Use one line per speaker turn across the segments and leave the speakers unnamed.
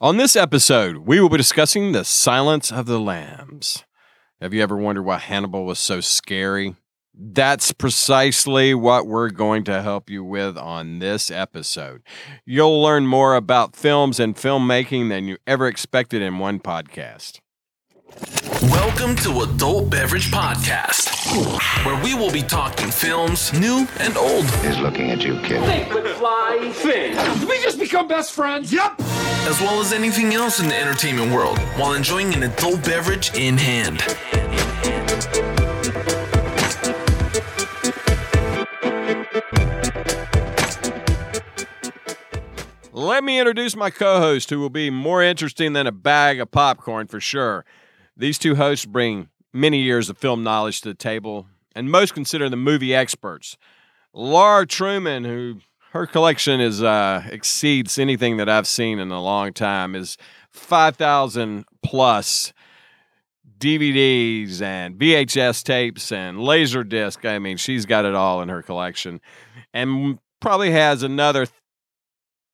On this episode, we will be discussing The Silence of the Lambs. Have you ever wondered why Hannibal was so scary? That's precisely what we're going to help you with on this episode. You'll learn more about films and filmmaking than you ever expected in one podcast.
Welcome to Adult Beverage Podcast, where we will be talking films, new and old,
is looking at you, kid.
fly thing. Did we just become best friends? Yep.
as well as anything else in the entertainment world, while enjoying an adult beverage in hand.
Let me introduce my co host, who will be more interesting than a bag of popcorn for sure. These two hosts bring many years of film knowledge to the table, and most consider them movie experts. Laura Truman, who her collection is uh, exceeds anything that I've seen in a long time, is 5,000 plus DVDs and VHS tapes and laser disc. I mean, she's got it all in her collection and probably has another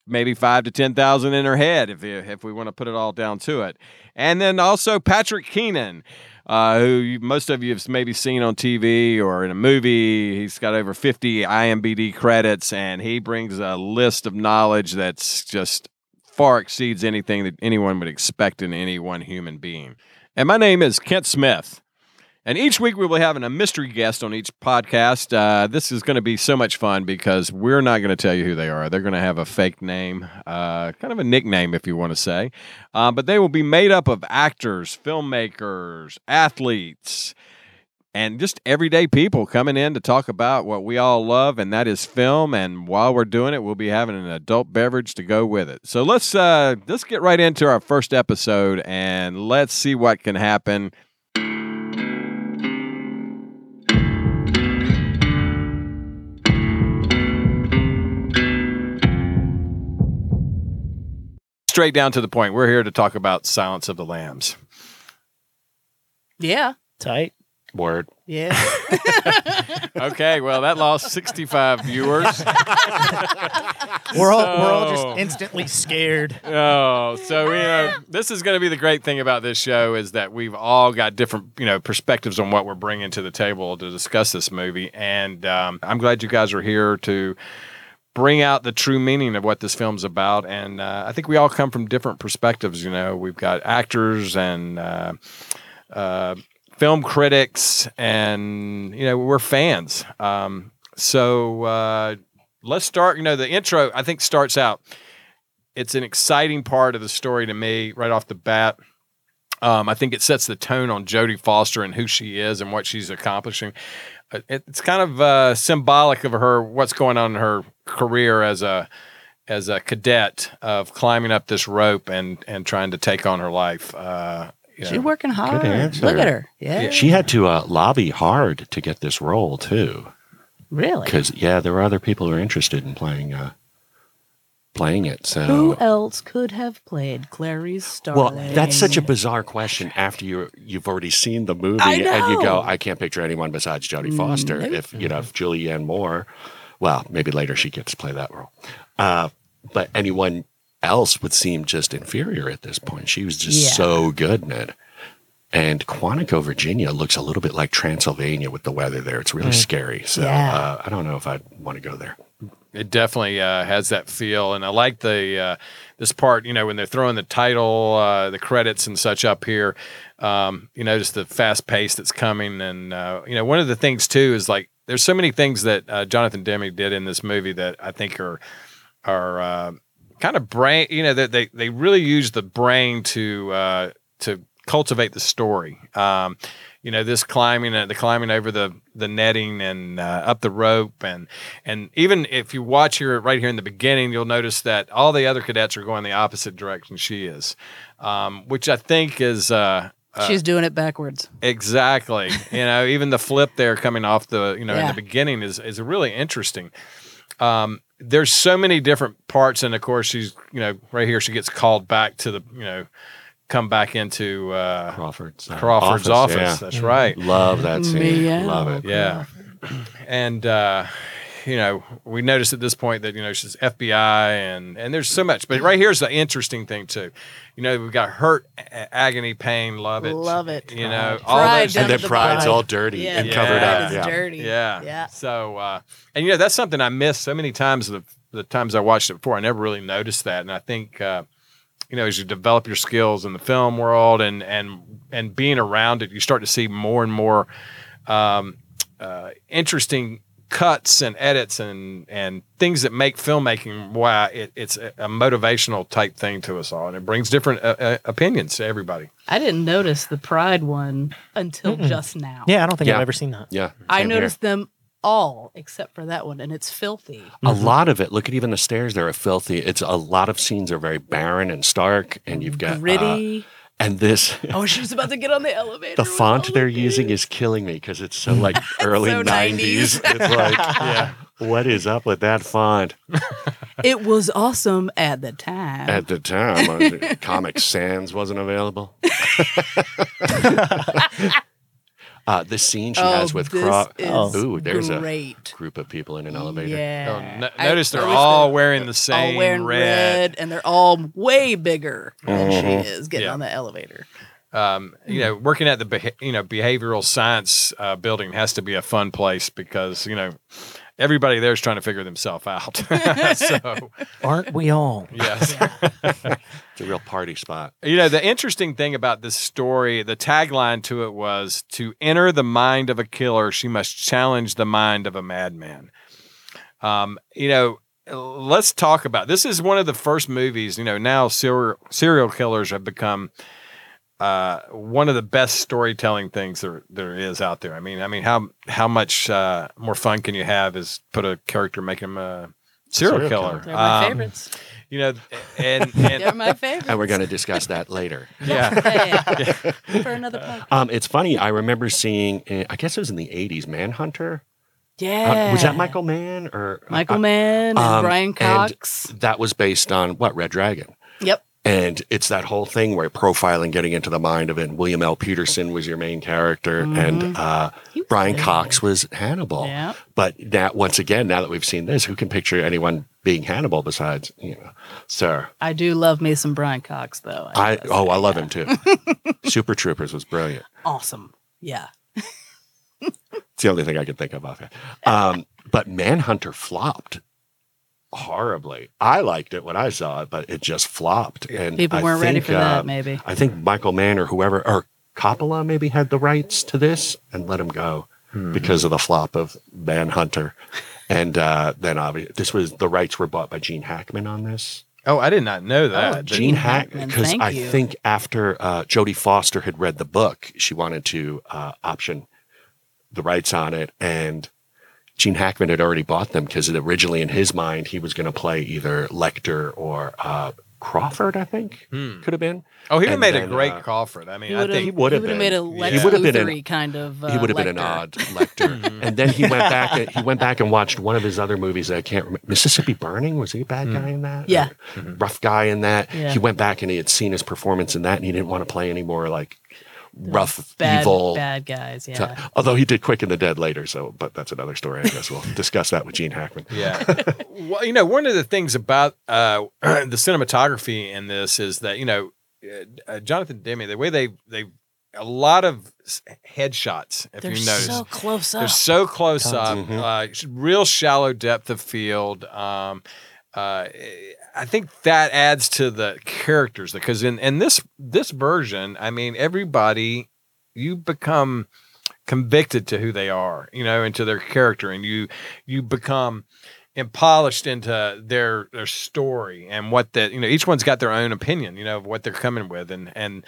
maybe five to ten thousand in her head if if we want to put it all down to it. And then also Patrick Keenan, uh, who you, most of you have maybe seen on TV or in a movie. He's got over fifty IMDb credits, and he brings a list of knowledge that's just far exceeds anything that anyone would expect in any one human being. And my name is Kent Smith. And each week we will be having a mystery guest on each podcast. Uh, this is going to be so much fun because we're not going to tell you who they are. They're going to have a fake name, uh, kind of a nickname, if you want to say. Uh, but they will be made up of actors, filmmakers, athletes, and just everyday people coming in to talk about what we all love, and that is film. And while we're doing it, we'll be having an adult beverage to go with it. So let's uh, let's get right into our first episode and let's see what can happen. Straight down to the point. We're here to talk about Silence of the Lambs.
Yeah.
Tight.
Word.
Yeah.
Okay, well that lost 65 viewers.
We're all we're all
So-
just instantly scared.
Oh, so you know, this is going to be the great thing about this show is that we've all got different, you know, perspectives on what we're bringing to the table to discuss this movie, and um, I'm glad you guys are here to bring out the true meaning of what this film's about. And uh, I think we all come from different perspectives. You know, we've got actors and. Uh, uh, film critics and you know we're fans um, so uh, let's start you know the intro i think starts out it's an exciting part of the story to me right off the bat um, i think it sets the tone on jodie foster and who she is and what she's accomplishing Uh, it- it's kind of uh, symbolic of her what's going on in her career as a as a cadet of climbing up this rope and and trying to take on her life uh, you
She's
know.
working hard.
answer.
Look at her. Yeah.
She had to uh, lobby hard to get this role too,
Really?
because yeah, there were other people who were interested in playing uh, playing it. So
Who else could have played Clary's Starling?
well, that's such a bizarre question after you you've already seen the movie
I
and you
know. Mm,
go, I can't picture anyone besides Jodie Foster. If you know, if Julianne Moore, well, maybe later she gets to play that role, uh, but anyone else would seem just inferior at this point. She was just
Yeah.
so good in it. And Quantico, Virginia looks a little bit like Transylvania with the weather there. It's really scary. So
Mm. Yeah.
uh, I don't know if I'd want to go there.
it definitely uh, has that feel and i like the uh, this part you know when they're throwing the title uh, the credits and such up here um, you notice the fast pace that's coming and uh, you know one of the things too is like there's so many things that uh, jonathan demme did in this movie that i think are are uh, kind of brain you know they, they they really use the brain to uh, to cultivate the story um, you know this climbing uh, the climbing over the the netting and uh, up the rope and and even if you watch here right here in the beginning you'll notice that all the other cadets are going the opposite direction she is um, which i think is uh, uh,
She's doing it backwards.
Exactly. you know, even the flip there coming off the, you know, in
Yeah.
the beginning is is really interesting. Um, there's so many different parts, and of course she's, you know, right here she gets called back to the, you know, come back into uh,
Crawford's uh,
Crawford's office.
yeah.
Mm,
That's right.
Love that scene.
Meow.
Love it.
Yeah. And uh, you know, we notice at this point that you know she's FBI and and there's so much. But right here's the interesting thing too. You know, we've got hurt, a- agony, pain, love it,
Love it.
You know,
Pride.
all
Pride,
those.
Down
and then
to the
pride's
pride.
all dirty
Yeah,
and
the
covered
pride
up.
is
Yeah.
dirty.
Yeah.
Yeah.
So, uh, and you know, that's something I missed so many times. The the times I watched it before, I never really noticed that. And I think, uh, you know, as you develop your skills in the film world and and and being around it, you start to see more and more um, uh, interesting cuts and edits and and things that make filmmaking why it, it's a, a motivational type thing to us all and it brings different uh, uh, opinions to everybody
I didn't notice the pride one until just now.
Yeah, I don't think
Yeah.
I've ever seen that.
Yeah.
I
same here.
noticed them all except for that one, and it's filthy.
a lot of it. Look at even the stairs; they're filthy. It's a lot of scenes are very barren and stark, and you've got uh,
Gritty.
and this,
oh, she was about to get on the elevator.
the
with all
font
of
they're
these.
using is killing me because it's so like early
so
90s.
90s.
It's like, what is up with that font?
It was awesome at the time.
At the time, I was- Comic Sans wasn't available. uh, the scene she has with
Oh, this
Cro- oh,
is
Ooh, there's
great.
a group of people in an elevator.
Oh,
Yeah.
no-
I
notice they're
noticed
all
them
wearing the
all
same
wearing
red.
and they're all way bigger than
Mm-hmm.
she is getting
Yeah.
on the elevator.
um, you know, working at the beha- you know behavioral science uh, building has to be a fun place because you know everybody there is trying to figure themselves out. so
Aren't we all?
yes,
It's a real party spot.
you know the interesting thing about this story, the tagline to it was "To enter the mind of a killer, she must challenge the mind of a madman." Um, you know, let's talk about this. Is one of the first movies. You know, now serial serial killers have become uh, one of the best storytelling things there there is out there. I mean, I mean, how how much uh, more fun can you have? Is put a character make him a serial,
Serial
killer.
killer.
They're my
Um,
favorites.
You know, and, and
They're my favorites.
And we're going to discuss that later.
yeah. Uh,
Hey, for another podcast.
Um, it's funny. I remember seeing. uh, I guess it was in the '80s. Manhunter. Uh,
Yeah.
was that Michael Mann or
Michael
uh,
Mann and
um,
Brian
and-
Cox.
That was based on what Red Dragon.
yep.
And it's that whole thing where profiling, getting into the mind of it. and William L. Peterson was your main character, and uh,
Mm-hmm. He was
Brian
good.
Cox was Hannibal.
Yeah.
But that once again, now that we've seen this, who can picture anyone being Hannibal besides you know, sir?
I do love me some Brian Cox though.
I
guess.
oh, I love him too. Super Troopers was brilliant.
awesome. Yeah.
It's the only thing I could think of offhand. Um, but Manhunter flopped horribly. I liked it when I saw it, but it just flopped. And
People
I
weren't ready
think,
for that,
uh,
maybe.
I think Michael Mann or whoever or Coppola maybe had the rights to this and let him go because of the flop of Manhunter. And uh, then obviously, this was the rights were bought by Gene Hackman on this.
Oh, I did not know that. That-
Gene
Hackman,
Hackman, because
thank
I
you.
think after uh, Jodie Foster had read the book, she wanted to uh, option the rights on it, and Gene Hackman had already bought them because originally in his mind he was going to play either Lecter or uh, Crawford. I think
Hmm.
could have been.
Oh, he would have
And
made a
then,
great
uh,
Crawford. I mean,
He
I
would have
think
he would've been-
made a Lex
he
would've been an-
Luthery kind of. Uh,
he would have been an
Lecter.
odd
Mm.
Lecter, and then he went back. And, he went back and watched one of his other movies. That I can't remember. Mississippi Burning was he a bad guy in that?
Yeah.
Or rough guy in that.
Yeah.
He went back and he had seen his performance in that, and he didn't want to play any more like rough,
bad,
evil.
bad guys.
So-
Yeah.
although he did Quick and the Dead later, so but that's another story. I guess we'll discuss that with Gene Hackman.
Yeah. well, you know, one of the things about uh, the cinematography in this is that you know, uh, Jonathan Demme, the way they they a lot of s- headshots. If
They're
you notice,
so close up.
they're so close up.
Mhm.
Uh, sh- real shallow depth of field. Um, uh, I think that adds to the characters because in in this this version, I mean, everybody you become convicted to who they are, you know, into their character, and you you become and polished into their their story and what that you know each one's got their own opinion you know of what they're coming with and and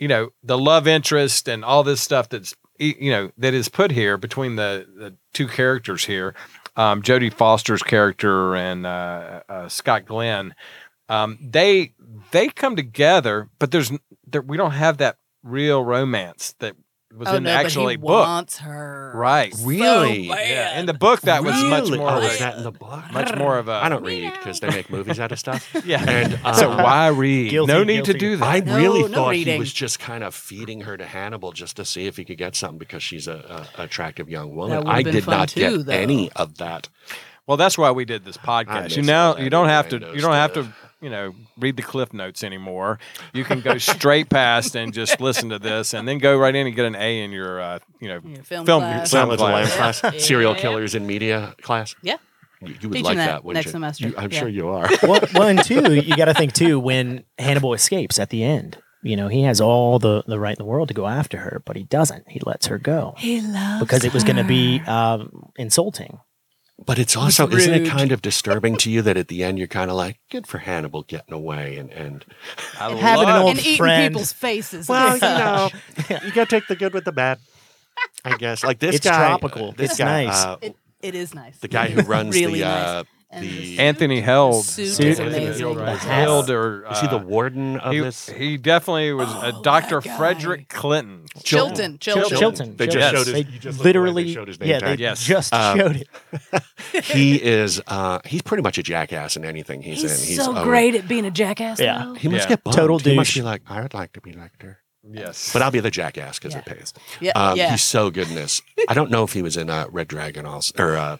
you know the love interest and all this stuff that's y- you know that is put here between the the two characters here um jodie foster's character and uh, uh scott glenn um they they come together but there's n- there, we don't have that real romance that was
oh,
in
no,
the actual
but he
book
wants her.
right
So
Really?
bad.
yeah in the book that was much
Really?
more
Oh,
of
is
a-
that in the book?
much more of a
I don't read because they make movies out of stuff.
yeah
And um,
so why read?
Guilty,
no need to
guilty.
do that.
I
No,
really
no
thought he
reading.
was just kind of feeding her to Hannibal just to see if he could get something because she's a, a attractive young woman.
would've
I
been
did
fun
not
too,
get
though.
any of that.
Well, that's why we did this podcast.
miss
You now
all
you
that
don't have to
innuendo
you don't have to
stuff.
you know read the cliff notes anymore. You can go straight past and just listen to this, and then go right in and get an A in your uh, you know
Your film class.
Silence of the
class.
Lamb class,
Yeah.
serial
Yeah.
killers in media class.
Yeah.
You, you would
Teaching
like
that
that, wouldn't
next
you?
semester.
You- I'm
Yeah.
sure you are.
well, well, and two, you got to think too when Hannibal escapes at the end. You know, he has all the the right in the world to go after her, but he doesn't. He lets her go
He loves
because it was going to be um, insulting.
But it's also, isn't it
rude.
kind of disturbing to you that at the end you're kind of like, good for Hannibal getting away? And, and
I
And having an
love-
old
and eating
friend.
people's faces.
well, you know, you got to take the good with the bad, I guess. Like this
It's
guy.
tropical.
This
It's
guy,
nice.
uh,
it, it is nice.
the guy who runs
Really
the.
nice.
Uh,
And
the-
the
Anthony Held.
Suit is
Anthony
amazing.
Held, right?
Yes.
Held or
is he the
uh,
warden of this?
he, he definitely was
Oh,
uh, Dr.
that guy.
Frederick Clinton.
Chilton, Chilton.
Chilton. Chilton.
They just
Chilton.
showed his-
They
you just looked away, they
literally,
showed his name
yeah,
tag.
they
Yes.
just
Um,
showed it.
he is. Uh, he's pretty much a jackass in anything he's,
He's,
in. He's
so
a-
great at being a jackass.
Yeah.
though.
He must
Yeah.
get bummed.
Total
He must
douche.
be like, I would like to be like her,
Yes.
but I'll be the jackass because it pays.
yeah,
Um,
yeah.
He's so good in this. I don't know if he was in uh, Red Dragon also, or uh,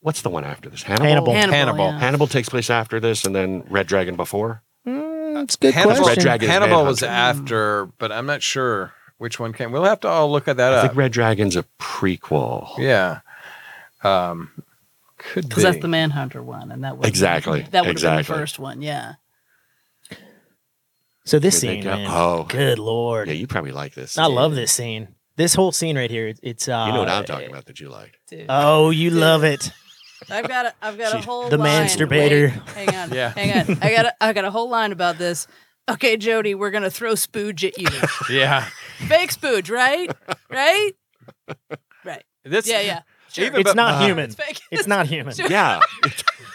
what's the one after this? Hannibal.
Hannibal.
Hannibal.
Hannibal.
yeah.
Hannibal takes place after this, and then Red Dragon before.
Mm, That's a good
Hannibal,
Red Dragon is
Hannibal was
Manhunter.
after, but I'm not sure which one came. We'll have to all look at that
I
up.
think Red Dragon's a prequel.
yeah. Um, could be.
Because that's the Manhunter one, and that was
Exactly,
that would have been
exactly.
the first one. Yeah,
So this
Where'd they
scene,
go?
man,
Oh.
good lord,
Yeah, you probably like this.
I love this scene. This whole scene right here, it- it's uh,
You know what I'm talking about that you like.
dude.
Oh, you love it.
I've got a, I've got a
She-
whole
the
line.
masturbator.
Wait, Hang on,
Yeah.
hang on. I got a, I got a whole line about this. Okay, Jody, we're gonna throw spooge at you.
Yeah.
Fake spooge, right? Right? Right.
This,
Yeah, yeah. Sure.
Even-
It's
but-
not
uh,
human.
It's fake.
It's not human. Mhm.
Yeah.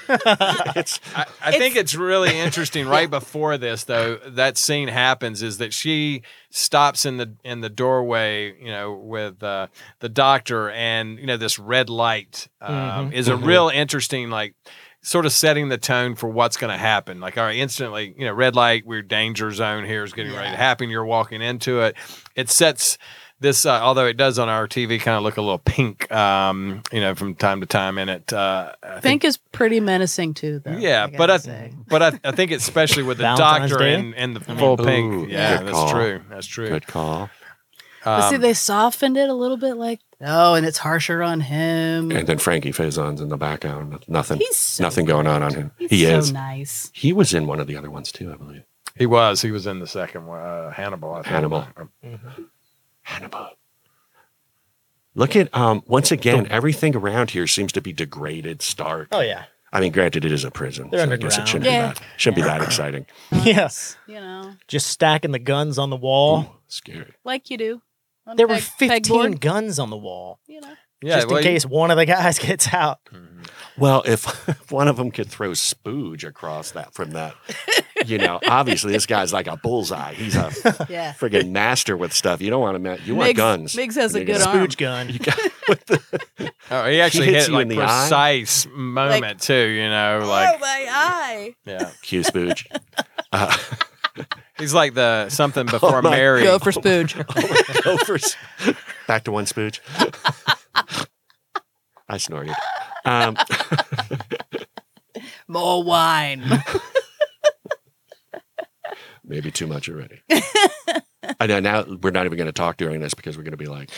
it's
I, I think it's really interesting. Right before this, though, that scene happens is that she stops in the in the doorway, you know, with uh, the doctor, and you know this red light um, is a real interesting, like, sort of setting the tone for what's going to happen. Like, all right, instantly, you know, red light, we're danger zone here is getting ready to happen. You're walking into it. It sets. This, uh, although it does on our TV, kind of look a little pink, um, you know, from time to time in it. Uh, I think
Fink is pretty menacing too, though.
yeah,
I
but
gotta
I, um,
say.
but I, I think especially with the
Valentine's
doctor
Day?
and, and the full
Ooh,
pink.
good
Yeah, that's
call.
true. That's true.
good call.
but see,
Um,
they softened it a little bit, like oh, and it's harsher on him.
And then Frankie Faison's in the background. Nothing.
He's so
nothing going on on him.
He's
he
so
is.
nice.
He was in one of the other ones too, I believe.
he was. He was in the second one. Uh, Hannibal. I think.
Hannibal. Hannibal. Look at um once again, everything around here seems to be degraded, stark.
Oh yeah.
I mean, granted, it is a prison.
They're
so I guess it
underground.
shouldn't
Yeah.
be that shouldn't be that exciting.
Yes.
You know,
Just stacking the guns on the wall.
Ooh, scary.
like you do. on
There were
peg-
15
pegboard,
guns on the wall,
You know,
Yeah,
just in
well, you-
case one of the guys gets out.
Well, if one of them could throw spooge across that from that, you know, obviously this guy's like a bullseye. He's a
yeah.
friggin' master with stuff. You don't want to, you want
Migs-
guns.
Migs has a
You're
good
gonna-
arm.
Spooge gun.
oh, he actually
hits
hit
you
like
in the eye.
precise moment too. You know, like
oh my eye!
yeah,
Cue spooge. Uh,
he's like the something before
Oh, my
Mary.
Go for spooge.
go for s- back to one spooge. I snorted. Um,
More wine.
maybe too much already. I know now we're not even going to talk during this because we're going to be like,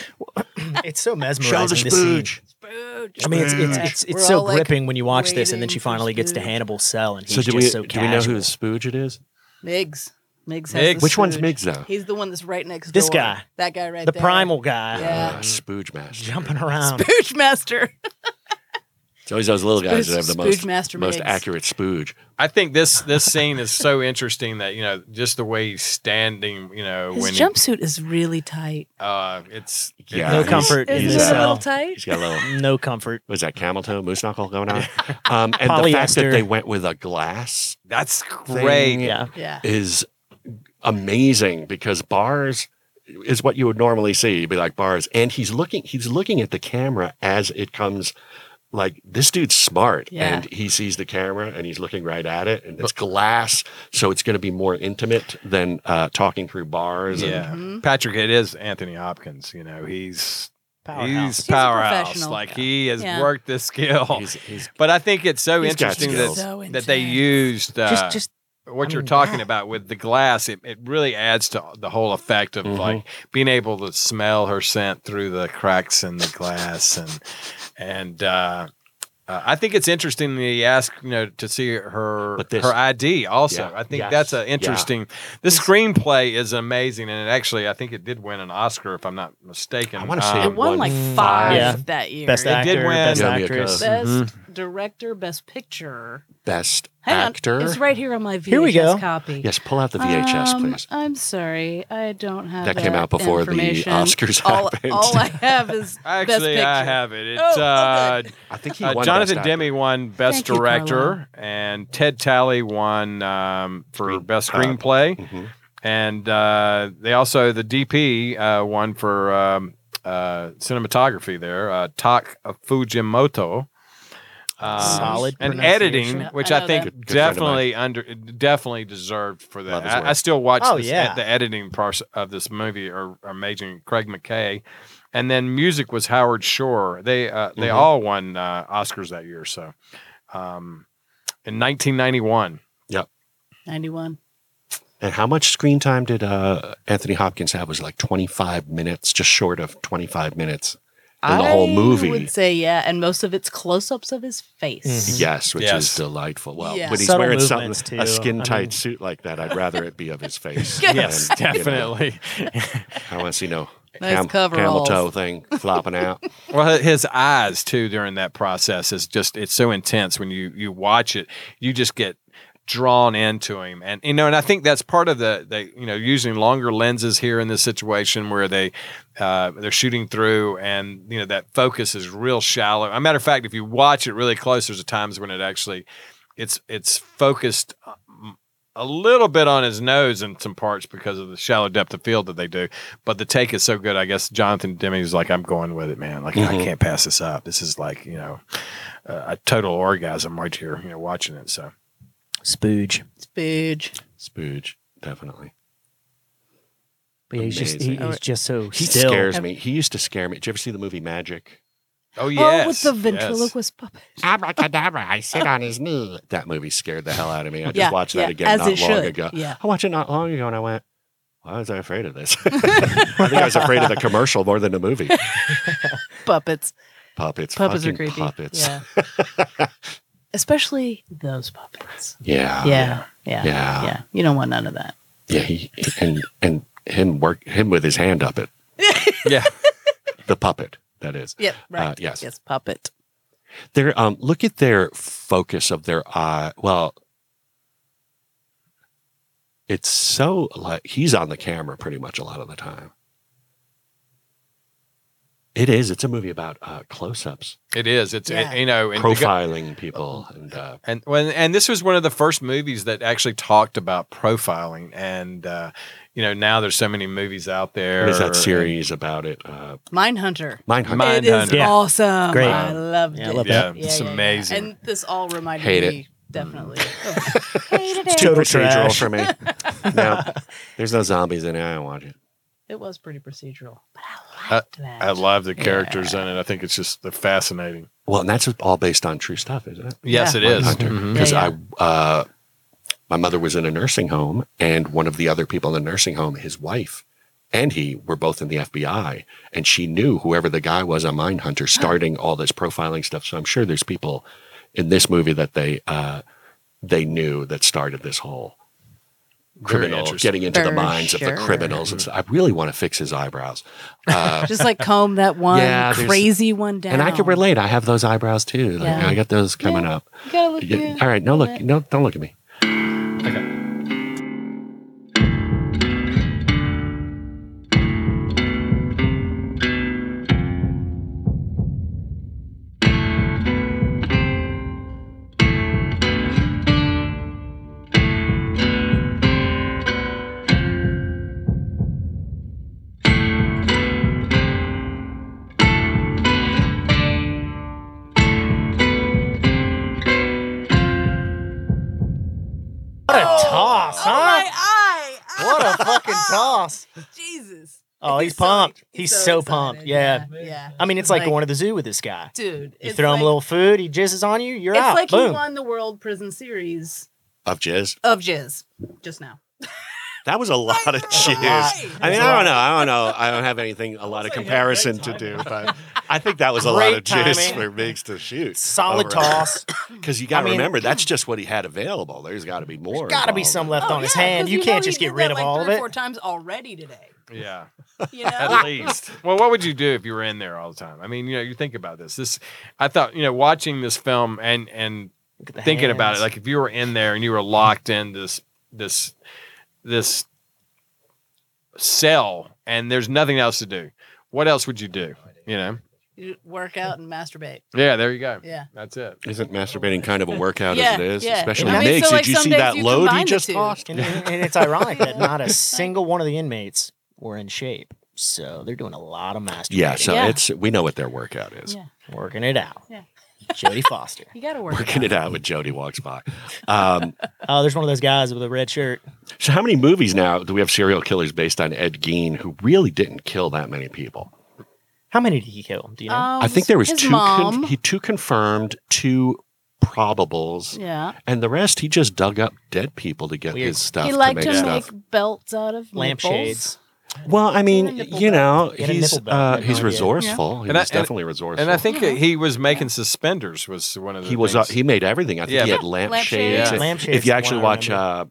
It's so
show the
mesmerizing to see.
spooge.
Spooge.
I mean, it's it's
Yeah.
it's, it's
We're all,
so
like,
gripping when you watch this, and then
waiting
she
for
finally gets to
Spooge.
Hannibal's cell, and he's
So do
just
we
so
do we know
casual.
who the spooge it is?
Migs. Migs. Has
Migs.
the
Which one's
spooge.
Migs though?
He's the one that's right next
This
door.
guy.
That guy right
the
there.
primal guy
Yeah.
Uh,
Mm.
spooge master.
jumping around?
Spooge master.
It's always those little guys that have the
Spooge
most
master
most
Migs.
accurate spooge.
I think this this scene is so interesting that you know just the way he's standing. You know
His
when
jumpsuit is really tight.
he, uh, it's
Yeah,
No
he's-
comfort in
Isn't
he's,
it
this
a
uh,
little
cell.
tight?
he's got a little
No comfort.
was that camel toe moose knuckle going on? Um, and the fact that
Polyester.
they went with a glass
that's great.
thing
Yeah.
Yeah.
is amazing because bars is what you would normally see. You'd be like bars, and he's looking. He's looking at the camera as it comes. Like this dude's smart,
Yeah.
and he sees the camera, and he's looking right at it, and it's glass, so it's going to be more intimate than uh, talking through bars. and-
Mm-hmm.
Yeah, Patrick, it is Anthony Hopkins. You know, he's
Powerhouse.
a
powerhouse.
professional.
Like he has
Yeah.
worked this skill.
He's- he's-
but I think it's so
He's got
interesting that,
skills.
So
that they
intense.
used uh,
just, just
what
I
you're
mean,
talking
that-
about with the glass. It, it really adds to the whole effect of
Mhm.
like being able to smell her scent through the cracks in the glass and and. uh uh, I think it's interesting that he asked, you know, to see her
But this-
her ID. Also,
Yeah.
I think
Yes.
that's
Yeah.
an interesting. This screenplay is amazing, and it actually, I think it did win an Oscar, if I'm not mistaken. Um,
I wanna see
It won
One
like
five.
five
Yeah.
that year.
best Mm-hmm.
They did
actor,
win.
best
Yeah,
actress.
because-
Best director, best picture.
Best
Hang
actor.
on, it's right here on my VHS
Here we go.
copy.
Yes, pull out the VHS,
Um,
please.
I'm sorry, I don't have
That came out before the
information.
Oscars
All,
happened.
all I have is best
Actually,
picture.
I have it. It's
Oh, oh,
uh,
good.
I think he
uh,
won
Jonathan
Best Actor.
Demme won Best
Thank you,
Director,
Carlisle.
and Ted Talley won um, for
Screen-
Best
uh,
Screenplay,
Mhm.
and uh, they also the DP uh, won for um, uh, cinematography there. Uh, Tak Fujimoto. Um,
Solid
and
pronunciation.
editing, which
I
I,
know
think
that.
Good- good friend of
definitely under definitely deserved for that.
Love his
I, I
work.
still watch
Oh,
this,
yeah.
ed- the editing part of this movie are amazing. Craig McKay, and then music was Howard Shore. They uh, they
Mhm.
all won uh, Oscars that year. So, um, in 1991,
91.
And how much screen time did uh, Anthony Hopkins have? It was like 25 minutes, just short of 25 minutes in the whole
I
movie.
would say yeah, and most of it's close-ups of his face.
Mhm.
Yes, which
Yes.
is delightful. Mm-hmm. Well,
Yeah.
when he's
Subtle
wearing something,
movements, too.
a skin tight
I mean-
suit like that, I'd rather it be of his face.
yes,
than, you know,
definitely.
I want to see no
Nice
ham- camel
coveralls.
toe thing flopping out.
Well, his eyes too during that process is just it's so intense when you you watch it. You just get drawn into him and you know and i think that's part of the they you know using longer lenses here in this situation where they uh they're shooting through and you know that focus is real shallow a matter of fact if you watch it really close there's times when it actually it's it's focused um, a little bit on his nose in some parts because of the shallow depth of field that they do but the take is so good i guess jonathan demme is like i'm going with it man like i
Mhm.
can't pass this up this is like you know uh, a a total orgasm right here you know watching it so
Spooge.
Spooge.
Spooge, definitely.
But yeah, he's just he,
Amazing.
he's just so
He
still.
scares me. He used to scare me. Did you ever see the movie Magic?
Oh
oh, with
yes,
the
yes.
ventriloquist puppet.
Abracadabra, I sit on his knee. That movie scared the hell out of me. I just
Yeah,
watched that
yeah,
again
as
not long
it should,
ago.
yeah.
I watched it not long ago and I went, why was I afraid of this? I think I was afraid of the commercial more than the movie.
Puppets.
Puppets.
Puppets are
fucking
creepy.
Puppets.
Yeah. Especially those puppets.
Yeah.
yeah, yeah.
Yeah.
Yeah. You don't want none of that.
Yeah, he and and him work him with his hand up it.
Yeah,
The puppet, that is.
Yep. Right.
Uh, yes.
Yes. Puppet.
Their um look at their focus of their eye. Well, it's so like he's on the camera pretty much a lot of the time. It is. It's a movie about uh, close-ups,
it is. It's
Yeah.
it- you know and the gu-
profiling people, and uh,
and when and this was one of the first movies that actually talked about profiling. And uh, you know now there's so many movies out there.
what is that series about it? Uh,
Mindhunter.
Mindhunter.
Mind-
It is
Mindhunter.
Yeah.
awesome.
Great.
I loved
Yeah, I
it.
love
that. Yeah, it's amazing.
And this all reminded
Hate
me definitely.
Mm.
Hated
It's
it.
too
Total
procedural
trash.
for me. no, there's no zombies in it. I don't watch it.
It was pretty procedural, but
I-
Uh,
I liked that.
I love the characters in it. I think it's just they're fascinating.
Well, and that's all based on true stuff, isn't it?
Yes,
Yeah.
it is.
Hunter.
Mhm.
because
Yeah,
I, uh, my mother was in a nursing home, and one of the other people in the nursing home, his wife and he were both in the FBI, and she knew whoever the guy was on Mindhunter, starting all this profiling stuff. So I'm sure there's people in this movie that they uh, they knew that started this whole
Very
criminal
interesting.
getting into the
For
minds of the
sure.
criminals. And so I really want to fix his eyebrows, uh,
Just like comb that one
Yeah, there's-
crazy one down.
and I can relate. I have those eyebrows too. Like,
Yeah.
I got those coming
Yeah.
up.
You gotta look
You get-
good.
All right, no look, no, don't look at me.
What a toss,
Oh my eye!
What a fucking toss.
Oh, Ah. Jesus.
Oh, he's,
so-
pumped. he's, so,
excited.
pumped. Yeah.
yeah.
I mean, it's like,
Like-
going to the zoo with this guy.
Dude,
You
it's
throw him
like-
a little food, he jizzes on you, you're
It's
out.
like he
Boom.
won the World Prison Series
of jizz.
of Jizz just now.
That was a lot of jizz.
Right.
I mean,
That's a
I
lot.
don't know. I don't know. I don't have anything a lot of comparison to do, but I think that was a lot
Great
of jizz
timing.
for Miggs to shoot.
Solid toss.
Because you got to
I mean-
remember, that's just what he had available. There's got to be more.
Got to be
involved.
some left
Oh,
on his
yeah,
hand.
'cause
You,
know
can't
he
just
did
get rid
that
of
like
all of
three or
it.
Four times already today.
Yeah.
You know?
at least. Well, what would you do if you were in there all the time? I mean, you know, you think about this. This, I thought, you know, watching this film and and
Look at the
thinking about it,
hands.
like if you were in there and you were locked in this this this cell and there's nothing else to do, what else would you do? You know?
You work out and masturbate.
Yeah, there you go.
Yeah.
That's it.
Isn't masturbating kind of a workout
Yeah,
as it is?
yeah.
Especially
I mean,
Miggs.
so,
like,
Did you
some
see
days
that
you
load he
combine the
just
two.
tossed?
and, and it's ironic that not a single one of the inmates were in shape. So they're doing a lot of masturbating.
Yeah, so
Yeah.
it's we know what their workout is.
Yeah.
working it out.
Yeah.
Jody Foster.
You got to work.
Working it out when Jody walks by. Um,
Oh, there's one of those guys with a red shirt.
so, how many movies now do we have serial killers based on Ed Gein, who really didn't kill that many people?
How many did he kill? Do you know?
Um,
I think there was
his
two.
mom.
Con- he two confirmed, two probables,
yeah.
and the rest he just dug up dead people to get
Weird.
his stuff.
he liked
to
to
make
make,
stuff.
belts out of
Lampshades.
Well, I mean,
nipple
you know,
He had a
he's
nipple belt. I
uh,
had no
he's
idea.
resourceful. He
And I-
was
and-
definitely resourceful.
And I think that he was making suspenders was one of the
he was uh,
things.
he made everything. I think
Yeah.
he had
Lampshades.
lampshades.
Yeah.
If-
Lampshades
if you
is
actually
the one I
watch uh,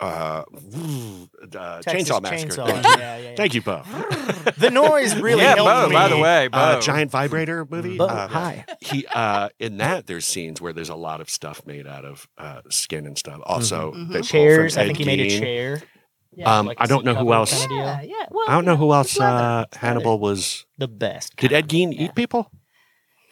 uh, ooh, uh,
Texas
Chainsaw Massacre,
Chainsaw.
Thank, you.
Yeah, yeah, yeah.
Thank you, Bo.
The noise really
yeah,
helped
Bo,
me.
by the way, Bo.
Uh, giant vibrator movie.
Bo,
Uh,
hi.
he uh, in that there's scenes where there's a lot of stuff made out of uh, skin and stuff. Also,
Mhm. Mhm.
they pull from
Mm-hmm. Chairs. I
Ed
think he made a
Gein.
chair.
Yeah.
Um,
like
I
a
don't
seat
know who
cover
else.
kinda
yeah,
deal.
yeah. Well,
I don't know who else
leather.
uh, Hannibal was.
The best.
Did Ed Gein
Yeah.
eat people?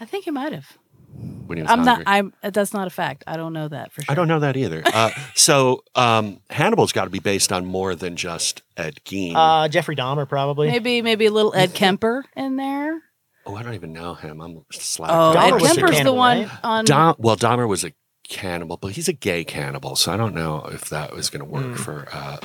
I think he might have.
When he was
I'm not.
uh, hungry?
I'm. That's not a fact. I don't know that for sure.
I don't know that either. Uh, so um, Hannibal's got to be based on more than just Ed Gein.
Uh, Jeffrey Dahmer probably.
Maybe maybe a little Ed Kemper in there.
oh, I don't even know him. I'm slacking.
Oh,
Dahmer
Ed
was a
Kemper's the
cannibal,
one
right?
on.
Dom, well, Dahmer was a cannibal, but he's a gay cannibal, so I don't know if that was going to work for uh,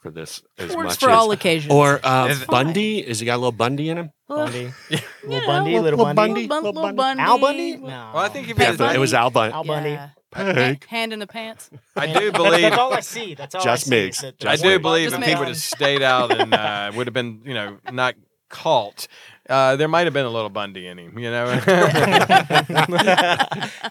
for this as
Hmm. works
much
for
as.
all occasions.
or uh,
If-
Bundy? Is he got a little Bundy in him?
Well,
Bundy.
you
Little
know,
Bundy. Little Bundy.
Bun- little
Little Bundy.
Bundy.
Al Bundy? No.
Little-
well, I think if
Hey,
you
Yeah, but it was Al Bundy.
Al Bundy.
Yeah.
Peg.
Ha- Hand in the pants.
I do
That's-
believe
That's all I see. That's all
Just
I see.
Miggs.
is that
I
there's
do
one-
believe
Just
if
make
he
it
would
on.
have stayed out and uh, would have been, you know, not caught, uh, there might have been a little Bundy in him, you know.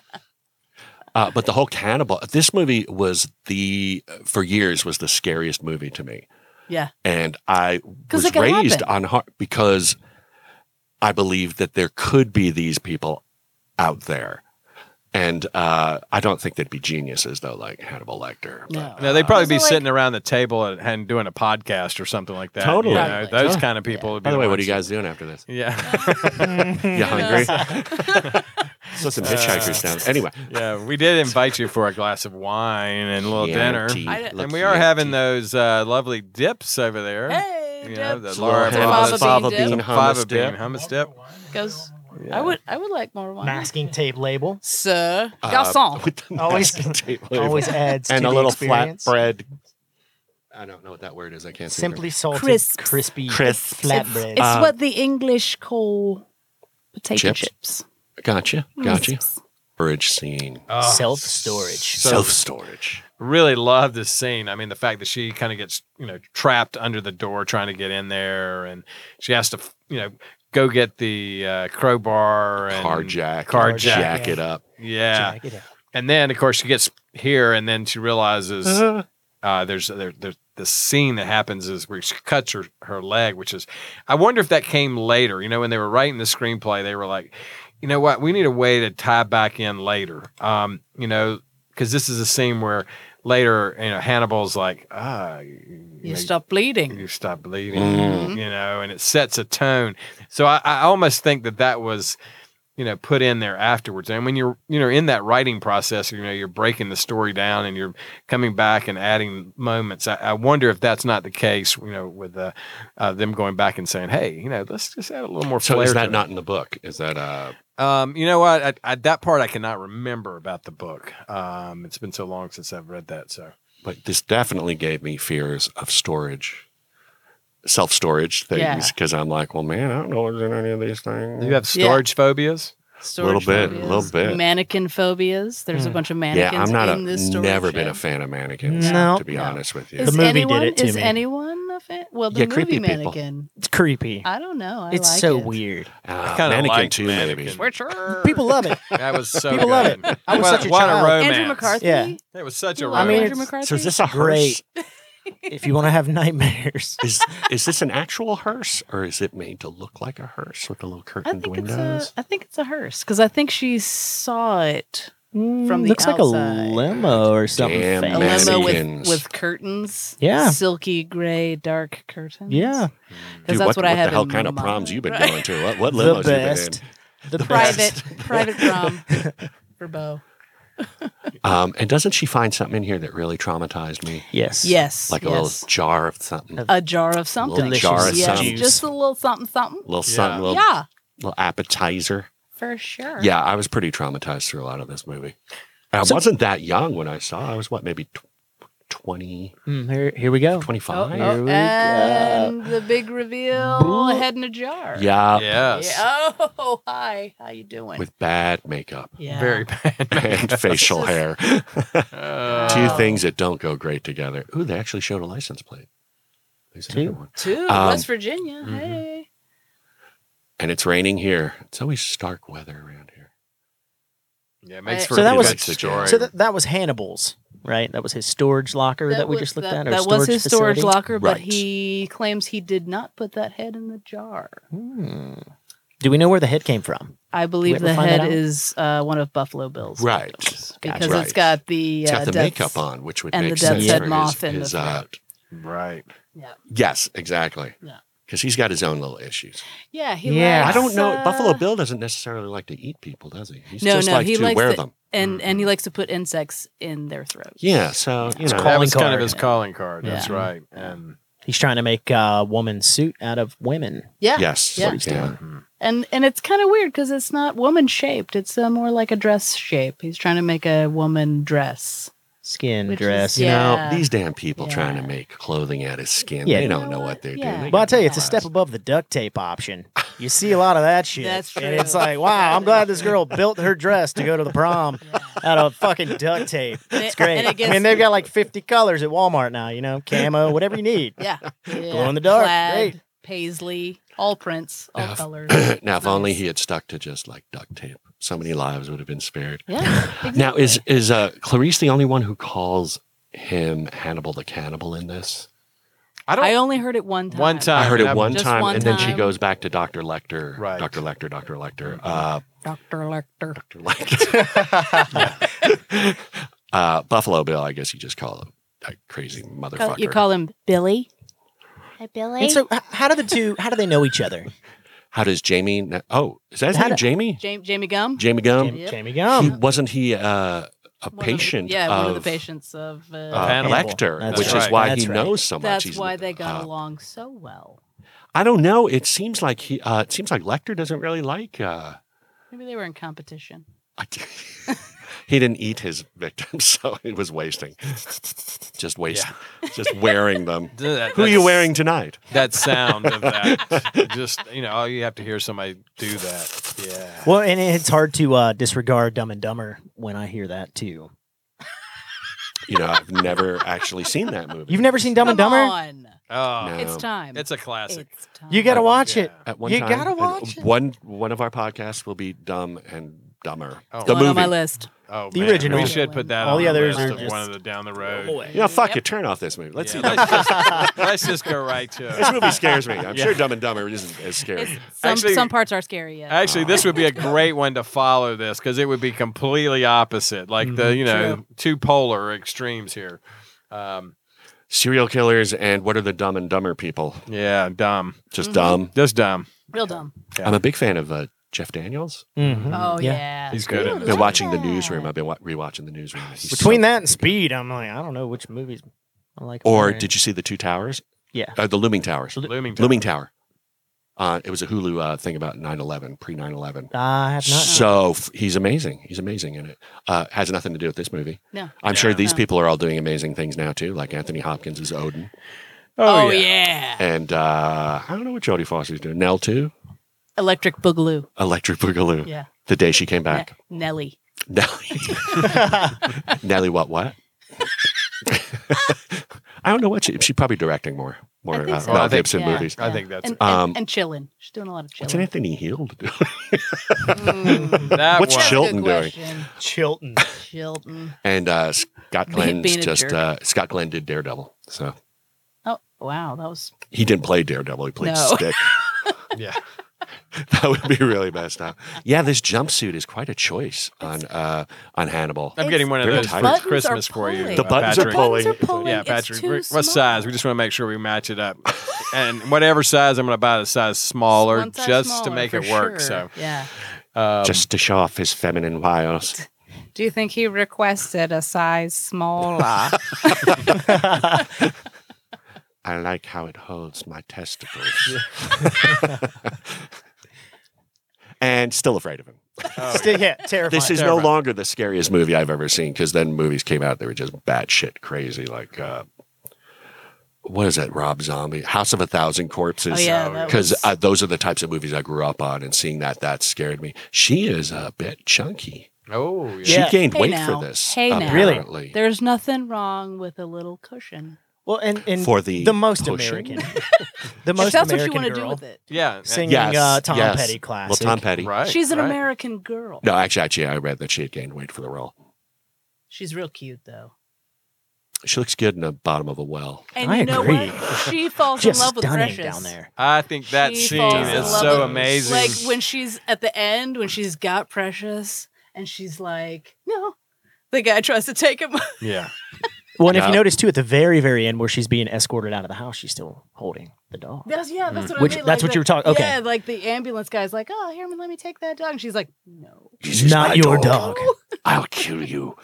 Uh, but the whole cannibal. This movie was the for years was the scariest movie to me.
Yeah.
and I
'Cause
was
it could
raised
happen.
on har because I believed that there could be these people out there, and uh, I don't think they'd be geniuses though, like Hannibal Lecter. but,
No.
no, they'd probably be
Also, like-
sitting around the table and, and doing a podcast or something like that. you
Totally.
know,
Probably.
those
Yeah.
kind of people. Would be
By the way,
ones
what are you guys doing after this?
that- Yeah,
You hungry? so some hitchhikers down. Anyway,
yeah. We did invite you for a glass of wine and a little
Chianti.
dinner,
I-
Look,
and we are
Chianti.
having those uh, lovely dips over there.
Hey,
you know,
Deb
the
It's a little
Laura
Fava
Hannibal-
bean dip.
fava bean hummus
Fava bean
dip.
hummus dip.
goes. I would. I would like more wine.
masking tape label.
Sir,
Uh,
garçon.
with the
Always-
masking tape label.
Always adds
and
to
a
the
little
experience.
flatbread. I don't know what that word is. I can't
Simply
Think
salted,
Crisps.
crispy,
Crisps.
flatbread.
It's what the English call potato
Uh, Chips.
chips.
of it. Gotcha,
Mm.
gotcha.
Crisps.
Bridge scene.
Self storage.
Self storage.
really love this scene. I mean, the fact that she kind of gets, you know, trapped under the door trying to get in there and she has to, you know, go get the uh, crowbar and
Carjack.
Carjack.
Jack it up.
Ah, Yeah. And then, of course, she gets here and then she realizes uh, there's, there, there's the scene that happens is where she cuts her, her leg, which is, I wonder if that came later. You know, when they were writing the screenplay, they were like, you know what, we need a way to tie back in later. Um, you know, because this is a scene where later, you know, Hannibal's like, ah,
You
know,
stop bleeding.
you stop bleeding,
Mm-hmm.
you know, and it sets a tone. So I, I almost think that that was, you know, put in there afterwards. And when you're, you know, in that writing process, you know, you're breaking the story down and you're coming back and adding moments. I, I wonder if that's not the case, you know, with uh, uh, them going back and saying, hey, you know, let's just add a little more
So
flair.
is
to
that
it."
not in the book? Is that uh?
Um, you know what? I, I, that part I cannot remember about the book. Um, it's been so long since I've read that. So
But this definitely gave me fears of storage self storage
Yeah.
things because I'm like, well, man, I don't know what's in any of these things.
You have storage phobias.
Storage
bit,
phobias,
little bit.
Mannequin phobias. There's a
Hmm.
bunch of
yeah,
mannequins
I'm not a
in this storage.
never been a
shed.
fan of mannequins.
No.
to be
No.
honest with you,
Is
The movie did
anyone,
it to
is
me.
anyone a fan? Well, the
Yeah, creepy
movie
people.
mannequin.
It's creepy.
I don't know. I
it's
like
so
it.
weird.
uh,
kinda
mannequin
like
too,
mannequin.
maybe.
People love it.
That was so.
People love
good.
it. I was
what,
such a
what
child.
A romance.
Andrew McCarthy.
Yeah.
It was such a
You
romance.
love
I mean,
Andrew
it's-
McCarthy.
So is this a hearse?
Great. if you want to have nightmares,
is is this an actual hearse or is it made to look like a hearse with the little
I
curtained
think it's a.
windows?
I think it's a hearse because I think she saw it from the
looks
outside.
like a limo or something.
Damn
a
fancy.
limo with,
Mannequins.
with curtains.
Yeah.
Silky gray, dark curtains.
Yeah,
Because that's
what,
what, I have.
the hell
in
kind of
mind.
proms you been
Right.
going to? What, what
the
limos you
best.
been
The best.
Private, private prom for Bo.
in? Um, and doesn't she find something in here that really traumatized me?
Yes.
Yes.
Like a
yes.
little jar of something,
Of
little
a jar of something.
delicious
jar of
yes,
something,
juice.
just a little something, something.
little
Yeah.
something, little,
yeah,
little appetizer.
for sure.
Yeah, I was pretty traumatized through a lot of this movie. And I
So-
wasn't that young when I saw. it. I was what, maybe tw- 20,
Mm, here, here we go.
25?
Here we go.
Oh, and the big reveal:
Boop.
head in a jar.
Yeah,
yes.
Oh. Yeah. Oh, hi. How you doing?
with bad makeup
yeah.
Very bad.
and facial hair.
Uh,
Two
Wow.
things that don't go great together. Ooh, they actually showed a license plate. There's another
Two.
one.
Two,
Um,
West Virginia.
Mm-hmm.
mhm.
Hey.
And it's raining here. It's always stark weather around here.
yeah, it makes
I-
for
So
a
that was-
good story.
So that, that was Hannibal's, right? That was his storage locker that, we
was-
just looked
that,
at. Or
that
storage
was his storage
facility?
locker, but
Right.
he claims he did not put that head in the jar.
Hmm. Do we know where the hit came from?
I believe
ever
the
find that
head
out?
is uh, one of Buffalo Bill's
Right.
victims,
Gotcha.
because it's
Right.
got the,
It's
uh,
got the
death's-
makeup on, which would
and
make
the death's
sense
head
for
moth
his,
and
his
the-
uh,
right.
Yeah,
yes, exactly.
Yeah.
Because he's got his own little issues.
yeah. He
Yeah.
I
likes,
don't know.
uh,
Buffalo Bill doesn't necessarily like to eat people, does he? He's
No,
just
no,
like
he
to
likes
wear
the-
them.
and and he likes to put insects in their throats.
Yeah. So you
It's
know,
That
Calling
was kind of
card.
his calling card. That's
Yeah.
right. And
He's trying to make a woman suit out of women.
yeah,
yes.
Yeah.
Mm-hmm.
and and it's kind of weird because it's not woman shaped. It's uh, more like a dress shape. He's trying to make a woman dress.
Skin,
Which is-
dress.
You
you
know,
know.
Yeah.
these damn people
Yeah.
trying to make clothing out of skin.
Yeah.
They
You
don't
know
know
what?
what they're
Yeah.
doing. They
Well, I
got
tell you, it's a
class.
step above the duct tape option. You see a lot of that shit.
That's
And it's
true.
like, wow, I'm glad this girl built her dress to go to the prom out of fucking duct tape.
And
It's
it- and
great.
it gets-
I mean, they've got like 50 colors at Walmart now, you know, camo, whatever you need.
Yeah, yeah.
Glow in the dark.
Plaid,
Great.
paisley, all prints, all
Yeah.
colors.
now, if
Nice.
only he had stuck to just like duct tape, so many lives would have been spared.
Yeah.
Now, is is uh, Clarice the only one who calls him Hannibal the cannibal in this?
I don't.
I only heard it one time.
one time.
I heard
and
it
I'm-
Uh,
one
Just
time,
one
and then she
time. Mm-hmm.
goes back to Doctor Lecter.
Right.
Doctor Lecter. Doctor Lecter. Uh,
Dr. Lecter.
Dr. Lecter. uh, Buffalo Bill. I guess you just call him that crazy motherfucker.
You call him Billy? Hi, Billy.
And so, h- how do the two? How do they know each other?
How does Jamie? kn- Oh, is that his
How
name?
do-
Jamie.
Jamie, Jamie Gum?
Jamie Gum.
Jamie,
Yep.
Jamie
he,
Gum.
wasn't he uh, a
One of the-
patient?
yeah,
of,
one of the patients of. Uh,
Uh,
Hannibal.
Lecter,
That's
which is
right.
why
That's
he
right.
knows so much.
that's
He's-
why they got
Oh, uh,
along so well.
I don't know. It seems like he. Uh, it seems like Lecter doesn't really like. Uh,
Maybe they were in competition.
he didn't eat his victims, so it was wasting. Just waste. Just wearing them.
Th- that-
Who are you
that's-
wearing tonight?
That sound of that. Just you know, you have to hear somebody do that. Yeah.
Well, and it's hard to uh, disregard Dumb and Dumber when I hear that too.
You know, I've never actually seen that movie.
You've never seen Dumb and
Come
Dumber?
on.
Oh,
No.
It's time.
it's a classic.
It's time.
You gotta watch it.
Yeah.
At one
You
time,
gotta
and
watch it.
One one of our podcasts will be dumb and dumber.
Oh.
the
One on my
movie.
list.
Oh,
The
man,
original.
We should put that.
All
on
the others
list
are
of
just-
one of the down the road.
You know, fuck
Yep.
it. Turn off this movie. Let's
Yeah,
see.
let's, just, let's just go right to it.
This movie scares me. I'm sure Dumb and Dumber isn't as scary.
It's, some,
Actually-
some parts are scary, yeah.
Actually, this would be a great one to follow this because it would be completely opposite, like the you know two polar extremes here. Um,
serial killers and what are the dumb and dumber people?
yeah, dumb,
Just
Mm-hmm.
dumb.
just dumb.
Real dumb.
Yeah.
I'm a big fan of uh, Jeff Daniels.
Mhm.
Oh, yeah.
Yeah.
He's good in
Ooh,
it.
I've
look
been watching
at
the newsroom.
that.
I've been wa- rewatching the newsroom. He's
Between
so-
that and Speed, I'm like, I don't know which movies I like.
or did you see the two towers?
Yeah.
Uh, the looming towers.
Looming,
Looming tower. Uh, it was a Hulu uh, thing about 9/11, pre-9/11.
I have not.
So f- he's amazing. He's amazing in it. Uh, has nothing to do with this movie.
No.
I'm sure
Yeah.
these
No.
people are all doing amazing things now too, like Anthony Hopkins is Odin.
Oh, yeah.
And uh, I don't know what Jodie Foster's doing. Nell too.
Electric Boogaloo.
Electric Boogaloo.
Yeah.
The day she came
Ne-
back.
Nelly.
Nelly. Nelly, what? What? I don't know what she. She's probably directing more more
I think
uh,
so.
I
Mel
think-
Gibson
yeah.
movies.
I think that's
And,
Um,
and, and chilling. She's doing a lot of
What's
chilling.
Anthony Heal doing?
Mm,
that one.
that's
What's
a
Chilton
good
doing?
question.
Chilton.
Chilton.
And uh, Scott
Being-
Glenn's
being a
just
jerk.
uh, Scott Glenn did Daredevil, so
Oh, wow. That was.
he didn't play Daredevil. He played
No.
Stick.
Yeah.
that would be really messed up. Yeah, this jumpsuit is quite a choice on uh, on Hannibal.
I'm getting one of
They're
those
tight.
for
Buttons are
Christmas for you.
pulling.
The
uh,
buttons are
Patrick.
pulling.
Buttons are pulling.
Yeah,
It's
Patrick.
too
we- What
small.
size? We just want to make sure we match it up. and whatever size, I'm going to buy the size smaller
one size
just to
smaller,
make
for
it work.
sure. Yeah.
So, um,
Just to show off his feminine wiles.
Do you think he requested a size smaller?
I like how it holds my testicles. and still afraid of him.
Still, yeah, terrifying.
Oh, This is no
Terrifying.
longer the scariest movie I've ever seen because then movies came out that were just batshit crazy. Like, uh, what is that, Rob Zombie? House of a Thousand Corpses.
Oh, yeah, that
Because
was-
uh, those are the types of movies I grew up on, and seeing that, that scared me. She is a bit chunky.
oh, yeah.
Yeah.
She gained
Hey
weight
now.
for this.
Hey now.
Really?
apparently.
There's nothing wrong with a little cushion.
well, and, and
For the
the most
pushing.
American, the
If
most
that's what you
American
want to do
girl
with it.
Yeah.
singing
Yes,
uh, Tom
yes.
Petty
Well,
classic.
Tom Petty.
Right.
She's an
right.
American girl.
No, actually, actually, I read that she had gained weight for the role.
She's real cute though.
She looks good in the bottom of a well.
And
I
you know
agree.
what? She falls in
Just
love with
stunning
Precious
down there.
I think that
She
scene
falls
in
is
love
so
with-
amazing.
Like when she's at the end, when she's got Precious, and she's like, "No," the guy tries to take him.
yeah.
Well, and if you
Yeah.
notice too, at the very, very end, where she's being escorted out of the house, she's still holding the dog.
that's yeah, that's what I
Mm. Which-
mean.
that's what you were talking- okay.
Yeah, like the ambulance guy's like, "Oh, Herman, let me take that dog." And she's like, "No."
This is my
Not your dog.
I'll kill you.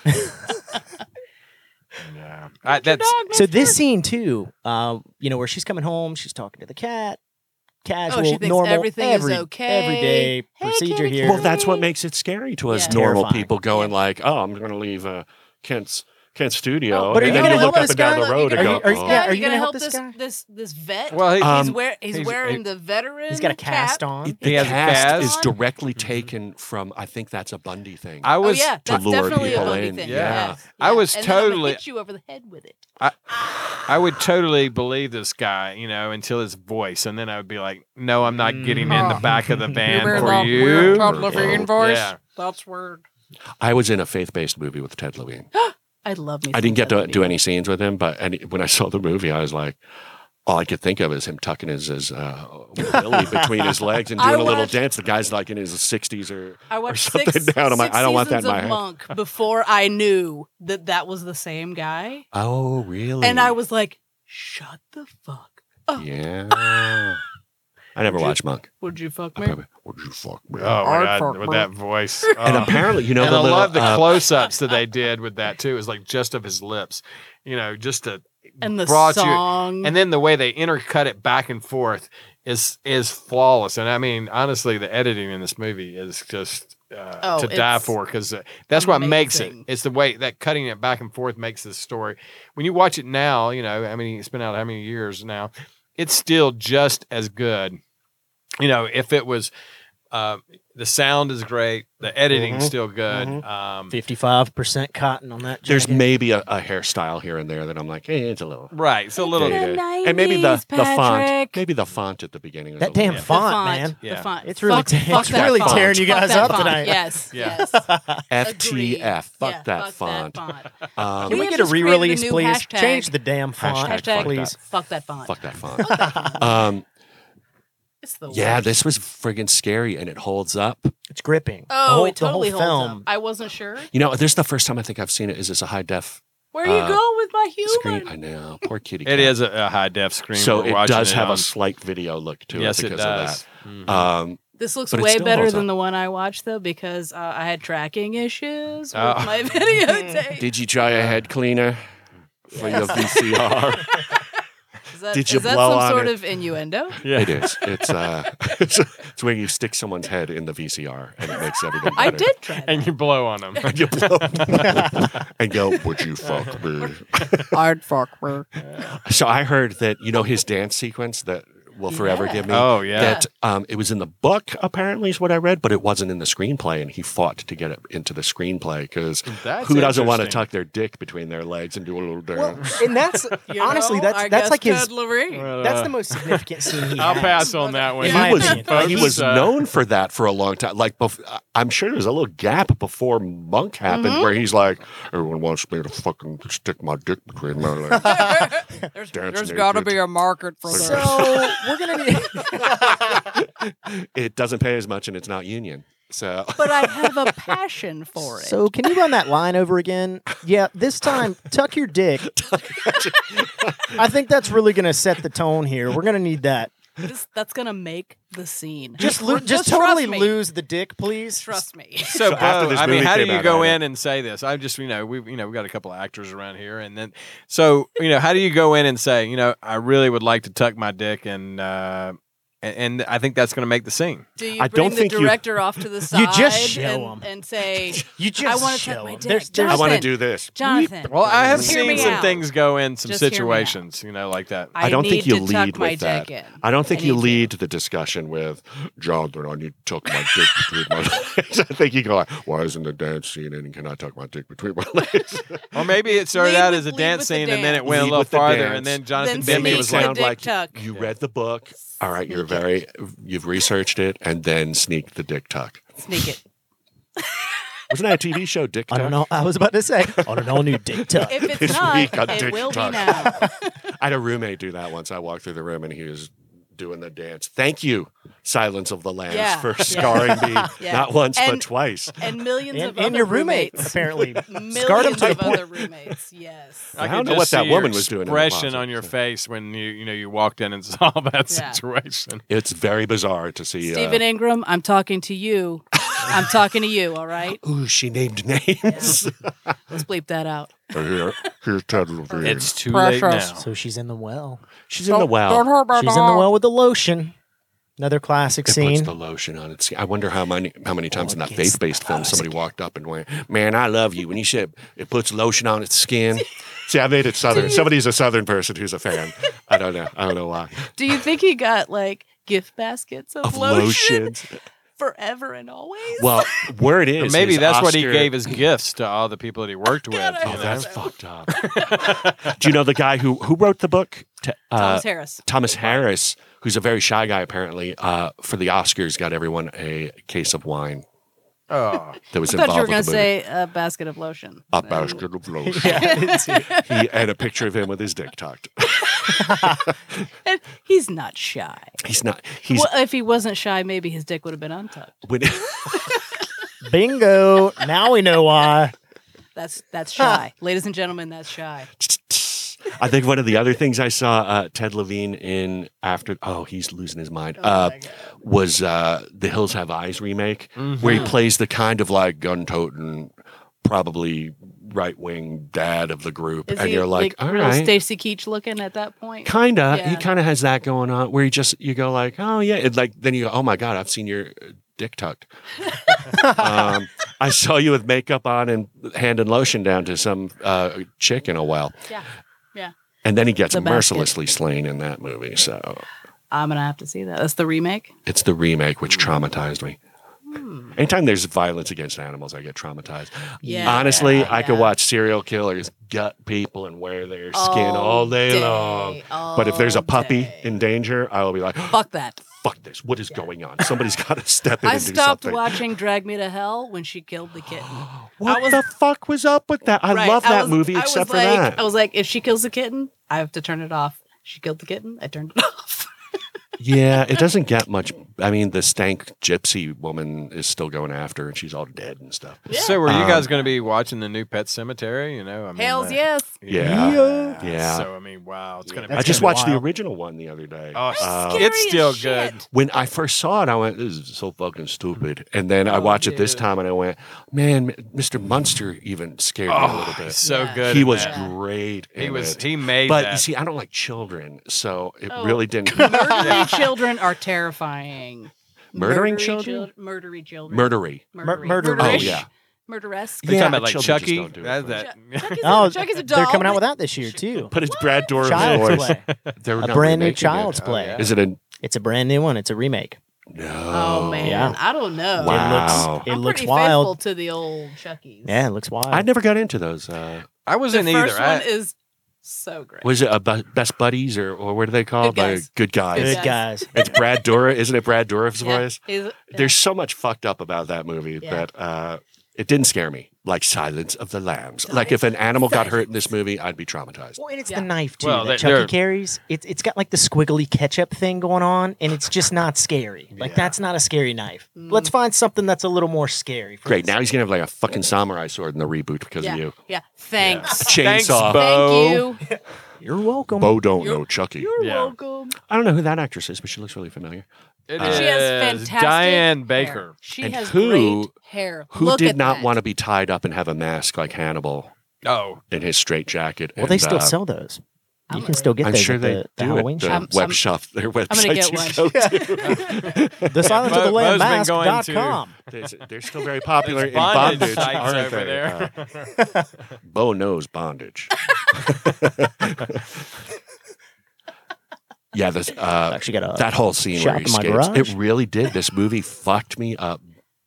I, that's
Dog,
So
that's
this
yours.
scene too, uh, you know, where she's coming home, she's talking to the cat. Casual,
Oh, thinks
normal,
everything is
every-
okay.
everyday
Hey,
procedure
kitty,
here.
Well, that's what makes it scary to us
Yeah.
normal
Terrifying.
people going like, "Oh, I'm going to leave uh, Kent's Kent's studio,"
Oh,
but are
and
you
then you
gonna
look
help
up
this
and down
guy?
the road
Are
and
you-
go,
are you-
"Oh."
Yeah,
Yeah,
are you gonna, help
this
this
guy?
this this, vet?
well. He,
Um,
he's wear, he's,
he's-
wearing the veteran.
He's got a
cap.
cast on.
the
He has a
cast
cast
is
on.
directly taken from I think that's a Bundy thing.
I
Oh
was.
yeah,
to
that's
lure
definitely a
people
Bundy
in,
thing.
yeah.
Yes,
I was
And then I'm gonna
totally-
hit you over the head with it.
I would totally believe this guy, you know, until his voice, and then I would be like, "No, I'm not getting in
Mm-hmm.
the back of the van
Remember
for
that
you."
weird Todd Levine voice?
Yeah.
That's weird.
I was in a faith-based movie with Ted Levine.
I love me.
I didn't get
some
to
Ted
do
Bundy.
any scenes with him, but any, when I saw the movie, I was like, all I could think of is him tucking his, his uh, willy between his legs and
I
doing a little
watched-
dance. The guy's like in his 60s or,
I
or
watched
something
six,
down. I'm like,
six
I don't want that
seasons
in my
of
head.
Monk before I knew that that was the same guy,
Oh, really?
and I was like, "Shut the fuck up!
Yeah. I never watched Monk.
Would you fuck
I
me?"
probably, would you fuck me?
Oh my
Hard
God,
for
with
me.
that voice.
And
Oh.
apparently, you know,
and
the
I
little,
love the
uh,
close-ups that they did with that too. It was like just of his lips, you know, just to
And the
Brought you-
song,
and then the way they intercut it back and forth is is flawless and i mean honestly the editing in this movie is just uh,
Oh,
to die
it's
for because uh, that's what makes it
amazing.
it's the way that cutting it back and forth makes this story when you watch it now you know i mean it's been out how many years now it's still just as good you know if it was uh, the sound is great the editing's
Mhm,
still good um,
Fifty-five percent cotton on that.
there's
jacket.
maybe a, a hairstyle here and there that I'm like, hey, it's a little.
right it's a little
dated. and maybe the,
90s,
the font.
Patrick.
Maybe the font at the beginning. was
that
a
damn
little-
the
font,
font,
man.
the
Yeah.
font.
It's really
fuck,
tearing-
fuck
it's
that
really
font.
tearing you
Fuck
guys
that
up
font.
tonight.
Yes,
Yeah.
yes. Agreed.
FTF. E Fuck
Yeah,
that
fuck
font.
That font.
Um,
Can
We
we,
have
get a
just created a
re-release,
new
please?
hashtag.
Change the damn font,
Hashtag fuck
please.
that.
Fuck that font.
fuck that font. um,
It's the
Yeah,
worst.
this was friggin' scary and it holds up.
It's gripping. The
Oh,
whole-
it totally
the whole
holds
film.
up. I wasn't sure.
You know, this is the first time I think I've seen it. Is this a high def
Where you
Uh,
going with my humor?
screen? I know. Poor kitty.
it
cat.
is a, a high def screen
So
We're
it
watching
does have
on-
a slight video look to
yes
it
it
because
does
of
Mhm.
that. Um,
This looks
But it
way
still
better
holds up.
than the one I watched though, because uh, I had tracking issues with
Oh.
my videotape.
did you try a head cleaner for your VCR?
Is that,
Did you
is that
blow
some
on
sort
it?
of innuendo?
Yeah.
It is. It's uh, it's, it's when you stick someone's head in the VCR and it makes everything.
I
better.
did try that.
and you blow on them.
And you blow. and go, would you fuck me?
Hard fork. brr.
So I heard that you know his dance sequence that will forever
Yeah.
give me.
Oh yeah.
That um, it was in the book apparently is what I read, but it wasn't in the screenplay, and he fought to get it into the screenplay because
That's
who doesn't want to
interesting.
tuck their dick between their legs and do a little dance?
Well, and that's
You
honestly
know, I
that's that's
guess
like his
Code Lorraine.
Well,
that's
uh,
the most significant scene. He
I'll
has.
pass on that one.
He
my
he was,
opinion,
he
folks.
was
Uh,
known for that for a long time. Like, bef- I- I'm sure there was a little gap before Monk happened where he's like, everyone wants me to fucking stick my dick between my legs.
There's,
Dance
there's
naked.
got to be a market for
So-
that.
So we're gonna need.
it doesn't pay as much and it's not union. So,
But I have a passion for it.
So can you run that line over again? Yeah, this time tuck your dick. I think that's really gonna set the tone here. We're gonna need that.
This- that's gonna make the scene.
Just lo-
trust
just, totally
me.
lose the dick, please.
Trust me.
So,
So
Bo,
after this
I mean,
movie
how do
came
you
out,
go
I-
in and say this? I just, you know, we, have you know, we got a couple of actors around here, and then, so, you know, how do you go in and say, you know, I really would like to tuck my dick, and, uh, and, and I think that's going to make the scene.
Do you
I
bring
don't
the
think you-
director off to the side
You just show
and,
'em.
and say,
You just
wanna
show
tuck my
him.
dick.
There's, there's,
I want to
Jonathan.
do this.
Jonathan.
Well, I have
Hear
seen
me
some
out.
things go in some
Just hear me out.
situations, you know, like that.
I don't
need
think you
to tuck
lead
my
with that.
dick in.
I don't think you
need to.
lead the discussion with Jonathan. I need to tuck my dick between my legs. I think you go, why isn't the dance scene in? Can I tuck my dick between my legs?
Or maybe it started
Lead
out
with-
as a
lead
dance
with the
scene, and then it
dance.
went a
Lead
little
with the
farther,
dance.
and then Jonathan
Then
Demme
sneak
was
the
like,
dick tuck.
you read the book. All right, you're very, you've researched it, and then sneak the dick tuck.
Sneak it.
Wasn't that a TV show, Dick
I
Tuck?
don't know. I was about to say on an all new dick tuck.
If it's
This
not,
week on
it will
TikTok.
be now.
I had a roommate do that once. I walked through the room and he was doing the dance. Thank you, Silence of the Lambs,
Yeah,
for
yeah.
scarring me
Yeah.
not once but
And-
twice.
And millions
and,
of
and
other
your roommate
roommates.
apparently scarred him
Millions
to the
of
point.
other roommates. Yes.
I
could
don't know
just
what that
see your
woman was doing in the
Expression
closet,
on your
so.
face when you, you know, you walked in and saw that
Yeah.
situation.
It's very bizarre to see. uh,
Stephen Ingram, I'm talking to you. I'm talking to you. All right.
uh, Ooh, she named names.
Let's bleep that out.
Here, here's Ted Levine.
It's too late
Pressure.
now.
So she's in the well.
She's in the well.
Don't hurt my
She's in the
dog.
well with the lotion. Another classic
It
scene.
puts the lotion on its. I wonder how many how many times in that
gets
faith based film somebody walked up and went, "Man, I love you." When you said it puts lotion on its skin. See, I made it southern. Somebody's a southern person who's a fan. I don't know. I don't know why.
Do you think he got like gift baskets of,
Of
lotion
lotions.
forever and always?
Well, where it is,
Maybe
is
that's what he
Oscar-
gave as gifts to all the people that he worked with.
I
you
Oh,
know?
that's fucked up. Do you know the guy who who wrote the book? T- uh,
Thomas Harris.
Thomas Harris, who's a very shy guy apparently, uh, for the Oscars got everyone a case of wine
Oh.
that was
I thought
involved
you were
with
going
the
to
movie.
say a basket of lotion.
a basket of lotion.
yeah, it's-
he and a picture of him with his dick tucked.
And he's not shy.
He's not. He's
well, if he wasn't shy, maybe his dick would have been untucked.
when,
bingo. Now we know why.
That's that's shy, ladies and gentlemen. That's shy.
I think one of the other things I saw uh, Ted Levine in after oh he's losing his mind
Oh,
uh, was uh, the Hills Have Eyes remake where he plays the kind of like gun toting probably right wing dad of the group
Is
and
he
you're like, all
real
right
Stacy Keach looking at that point?
kinda he
Yeah.
kind of has that going on where he just you go like oh yeah it like then you go oh my god I've seen your uh, dick tucked um, I saw you with makeup on and hand and lotion down to some uh, chick in a well.
Yeah,
And then he gets
The basket.
mercilessly slain in that movie. So
I'm gonna have to see that. That's the remake.
it's the remake which traumatized me. Anytime there's violence against animals, I get traumatized.
Yeah.
Honestly, I could
Yeah.
watch serial killers gut people and wear their skin all day, long. But if there's a puppy in danger, I will be like, "Oh,
Fuck that.
fuck this. What is going on? Somebody's got to step in
I
and do
stopped
something.
watching Drag Me to Hell when she killed the kitten.
what
I was-
the fuck was up with that? I
Right,
love that
was-
movie
I
except
was
for
like,
that.
I was like, if she kills the kitten, I have to turn it off. She killed the kitten. I turned it off.
yeah, it doesn't get much I mean, the stank gypsy woman is still going after, her, and she's all dead and stuff.
So, were you
Um,
guys going to be watching the new Pet Cemetery? You know, I mean,
Hells
uh,
yes.
Yeah.
yeah,
Yeah.
So, I mean, wow, it's going to
I
be.
That's
just
gonna be
watched the
wild.
original one the other day.
Oh,
Uh,
Scary
it's still
as shit.
good.
when I first saw it, I went, "This is so fucking stupid." And then I
Oh,
watched it this
dude.
time, and I went, "Man, M- Mr. Munster even scared me a
Oh,
little
he's
bit.
so
Yeah.
good.
He
in
was
that.
great.
He
in
was.
it.
He made
But you
that.
see, I don't like children, so it
Oh.
really didn't.
Murdery children are terrifying.
Murdering
Murdery
children?
chil- murdery children.
Murdery.
Murdery.
Mur- murdery.
Oh
Murderish.
yeah,
Murderesque.
You're
Yeah,
talking about like
children just
Chucky.
don't do it
That-
for
that-
Chuck is,
Oh,
a, Chuck is a dog.
they're coming out with that this year too.
but it's Brad Dourif
Child's
voice.
Play.
They were
A
not
brand new
remaking it.
Child's
Oh,
Play.
yeah.
Is it a
It's a brand new one. It's a remake.
no?
Oh, man,
Yeah.
I don't know.
Wow.
It looks. It
I'm
looks
pretty
wild.
faithful to the old Chuckies.
Yeah, it looks wild.
I never got into those. Uh,
I
the
wasn't
first
either.
one
I-
is so great.
was it a bu- Best Buddies or or what are they called?
Good
By
Guys.
Good guys.
Good
Yes.
guys.
It's Brad Dourif, isn't it? Brad Dourif's
Yeah.
voice.
Is-
There's so much fucked up about that movie
Yeah.
that uh, it didn't scare me. Like Silence of the Lambs. Like if an animal got hurt in this movie, I'd be traumatized.
Well, and it's
Yeah.
the knife too
Well, they-
that Chucky
they're-
carries. It's it's got like the squiggly ketchup thing going on, and it's just not scary. Like that's not a scary knife.
Mm.
Let's find something that's a little more scary. For
Great.
this.
Now he's gonna have like a fucking samurai sword in the reboot because
yeah,
of you.
yeah. Thanks.
Thanks, Bo.
Chainsaw. Bo,
Thank you.
you're welcome.
don't know Chucky.
Yeah.
welcome.
I don't know who that actress is, but she looks really familiar.
It
Uh,
She has
is
fantastic
Diane
hair.
Baker.
She
And
has
who-
great hair.
Who
Look
did
at
not
that.
want to be tied up and have a mask like Hannibal
Oh,
in his straight jacket?
Well, they
and,
still
uh,
sell those. You
I'm
can still get
I'm
those
sure
at
they
the, the
do
Halloween
at the
shop.
shop.
web
I'm-
shop. Their
Um, I'm gonna get
websites
one.
the Silence
Bo-
of the
Bo's
Lamb
been going
mask
to-
com.
There's- They're still very popular in
bondage Uh-huh.
bondage.
sites
aren't
over
they?
there.
Uh, Bo knows bondage. yeah, this
I've
uh,
actually got a
that whole scene
Shop
where he
in my
escapes.
garage.
It really did. This movie fucked me up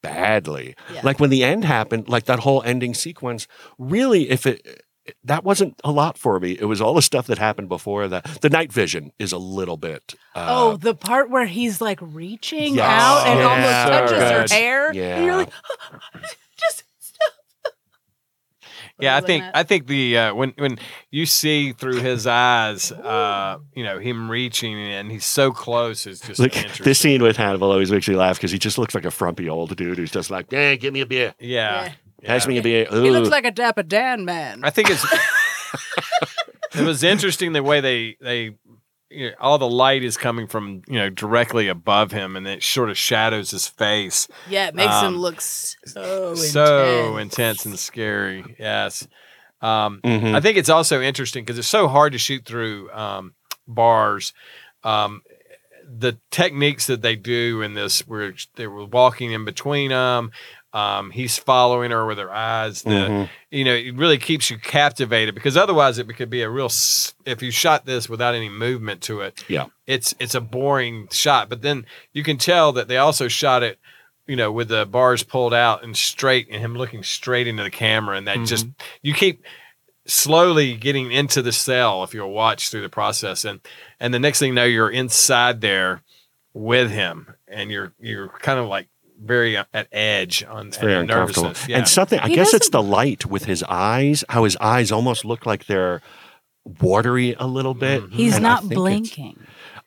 badly.
Yeah.
Like when the end happened, like that whole ending sequence. Really, if it that wasn't a lot for me. It was all the stuff that happened before that. The night vision is a little bit.
Oh,
Uh,
the part where he's like reaching
Yes.
out and
Yeah.
almost
So
touches
good.
her hair. And
yeah.
you're like, just stop.
yeah, I
What are you
think
looking
I think the uh, when when you see through his eyes, uh, you know him reaching and he's so close. It's just
Look,
interesting.
this scene with Hannibal always makes me laugh because he just looks like a frumpy old dude who's just like, "Hey, give me a beer,
Yeah,
Yeah.
pass me a beer."
at? He
Ooh.
looks like a Dapper Dan man.
I think it's. it was interesting the way they they. You know, all the light is coming from you know directly above him, and it sort of shadows his face.
Yeah, it makes
Um,
him look so intense.
so intense and scary. Yes. Um,
Mhm.
I think it's also interesting because it's so hard to shoot through um, bars. Um, the techniques that they do in this, where they were walking in between them, um, he's following her with her eyes. The,
Mhm.
You know, it really keeps you captivated because otherwise it could be a real. s- If you shot this without any movement to it,
Yeah.
it's it's a boring shot. But then you can tell that they also shot it, you know, with the bars pulled out and straight, and him looking straight into the camera, and that just
Mm-hmm.
you keep slowly getting into the cell if you'll watch through the process, and and the next thing you know, you're inside there with him, and you're you're kind of like very uh, at edge on
It's very
and
uncomfortable.
nervousness. Yeah.
And something, I
He
guess it's
doesn't-
the light with his eyes, how his eyes almost look like they're watery a little bit.
He's
And I
not
think it's-
blinking.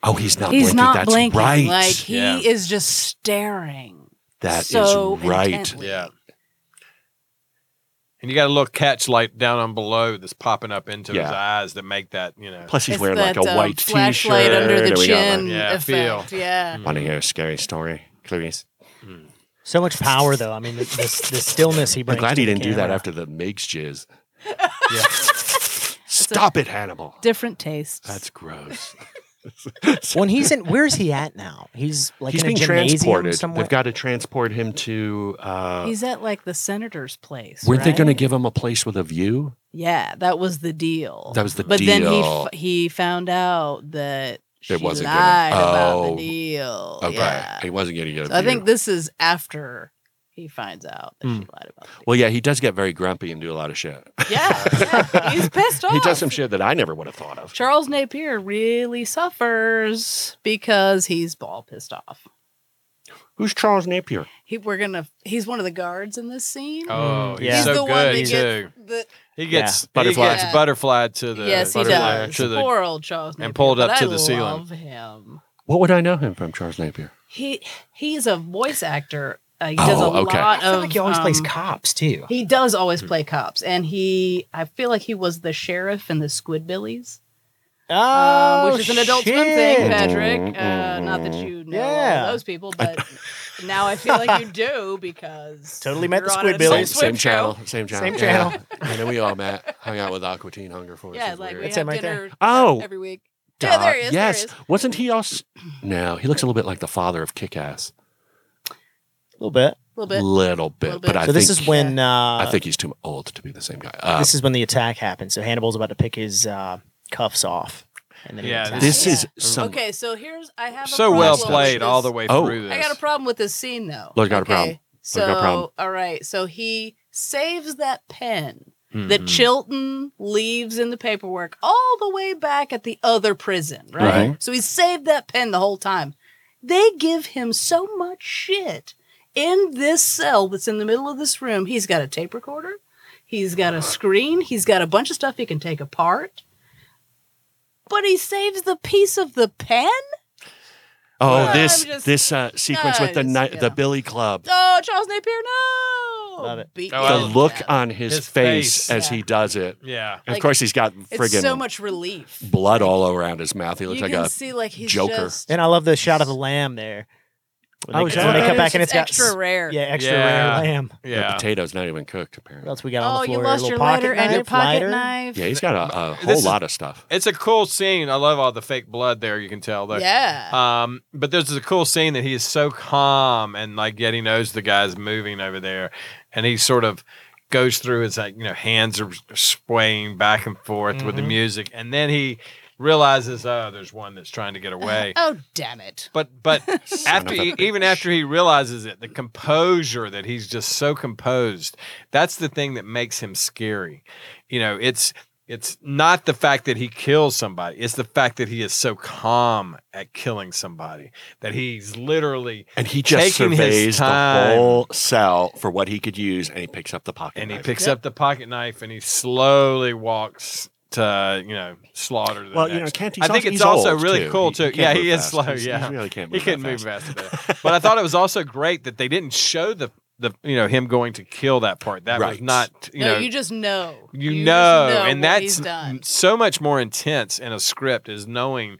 Oh, he's not
He's
blinking.
not
That's
blinking.
right.
Like he
Yeah.
is just staring.
That is
so
right.
intently.
Yeah. and you got a little catch light down on below that's popping up into his
Yeah.
eyes that make that you know.
Plus, he's
It's
wearing like
that,
a
um,
white t shirt.
flashlight under the chin
Yeah,
effect. Yeah.
Want to hear a scary story, Clarice?
So much power, though. I mean, the, the, the stillness he
I'm
brings.
glad
to
he
the
didn't do that
camera.
after the Migs jizz. Stop it, Hannibal.
Different tastes.
That's gross.
When he's in, where's he at now? He's like
he's
in a
being
gymnasium
transported.
somewhere.
They've got to transport him to. Uh,
He's at like the senator's place.
weren't they
right?
going to give him a place with a view?
Yeah, that was the deal.
That was the
but
deal.
then he f- he found out that she
wasn't gonna-
lied about
Oh.
the deal.
Okay.
Yeah.
He wasn't going to get a
So I
view.
think this is after he finds out that she lied about the
Well, yeah, he does get very grumpy and do a lot of shit.
deal. Yeah, yeah. He's pissed off.
he does some shit that I never would have thought of.
Charles Napier really suffers because he's ball pissed off.
Who's Charles Napier?
He, we're gonna. He's one of the guards in this scene.
Oh, he's
Yeah.
He's
so
the
good
one that gets
too.
the
He gets
Butterfly.
He gets
Yeah.
butterfly to the
yes, he
butterfly
does.
to the
Poor old Charles
and
Napier,
pulled up
but
to
I
the ceiling.
Love him.
What would I know him from, Charles Napier?
He he's a voice actor. Uh, he does
Oh,
a
okay.
lot
I feel
of.
like he always plays
um,
cops too.
He does always play cops, and he I feel like he was the sheriff in the Squidbillies,
Oh,
uh, which is an Adult Swim thing, Patrick. Uh, not that you know all of
Mm-hmm. Yeah.
those people, but now I feel like you do because
Totally met
you're
the
on an
Squidbillies.
Adult
Same,
Billy
Swim
same
show.
channel. Same channel.
Same
Yeah.
channel.
I know we all met. Hung out with Aqua Teen Hunger Force.
Yeah,
It's
like
weird.
we
That's
have
him right
dinner
there.
Oh.
every week.
Duh.
Yeah, there he is. there
Yes.
he is.
Wasn't he also? No, he looks a little bit like the father of Kick Ass.
a little bit.
A little bit.
Little, bit.
Little
But
bit.
I
so this
think
is when uh,
I think he's too old to be the same guy. Uh,
this is when the attack happens. So Hannibal's about to pick his uh, cuffs off, and then he
Yeah,
attacks.
this
Yeah.
is some.
Okay, so here's I have a
so well
problem with
played all
this.
the way
Oh.
through this.
I got a problem with this scene though.
Look, I got a problem.
So,
Look, I got a problem.
all right. So he saves that pen that
Mm-hmm.
Mhm.
Chilton leaves in the paperwork all the way back at the other prison, right? So he saved that pen the whole time. They give him so much shit in this cell that's in the middle of this room. He's got a tape recorder, he's got a screen, he's got a bunch of stuff he can take apart. But he saves the piece of the pen?
Oh,
Well,
this
I'm just-
this uh, sequence with the
just-
night,
yeah.
the Billy Club.
Oh, Charles Napier, no!
Love it.
Beat
Oh,
me
I
the
to
love
look
death.
on his,
His
face,
face.
as
Yeah.
he does it.
Yeah.
And
Like,
of course, he's got
It's
friggin'
so much relief.
blood all around his mouth. He
You
looks
can
like a
see like he's
Joker.
just-
and I love the shot of the lamb there. When
Oh,
they,
is that
when they
what
come
it
back and it's got
extra
s-
rare.
Yeah, extra
Yeah.
rare lamb.
the
Yeah.
potato's not even cooked apparently.
What else we got on
Oh,
the
you
floor?
lost
A
your
little pocket
lighter and your
knife,
pocket
lighter?
knife.
Yeah, he's got a, a whole
This is-
lot of stuff.
It's a cool scene. I love all the fake blood there. You can tell. The,
Yeah.
Um, but there's a cool scene that he is so calm and like yet he knows the guy's moving over there, and he sort of goes through his like you know hands are swaying back and forth with the
Mm-hmm.
music, and then he realizes oh there's one that's trying to get away.
Oh, damn it.
But but
of
after
a
he, even after he realizes it, the composure that he's just so composed, that's the thing that makes him scary. You know, it's it's not the fact that he kills somebody, it's the fact that he is so calm at killing somebody that he's literally
And he just
Taking his
surveys the
time.
whole cell for what he could use, and he picks up the pocket.
and he
knife.
picks up the pocket knife and he slowly walks to you know slaughter the
Well, you know,
next.
Kent.
I
he's
think
also-
it's
he's
also
old,
really
too.
cool
He-
too.
he can't
yeah,
move
he is
fast.
slow.
He's-
yeah,
he really can't
he
move.
couldn't
that
move
fast.
fast enough. But I thought it was also great that they didn't show the the you know him going to kill that part. That was
Right.
not you
no,
know
you just know.
you
just
know,
what
and that's
he's done.
so much more intense in a script is knowing.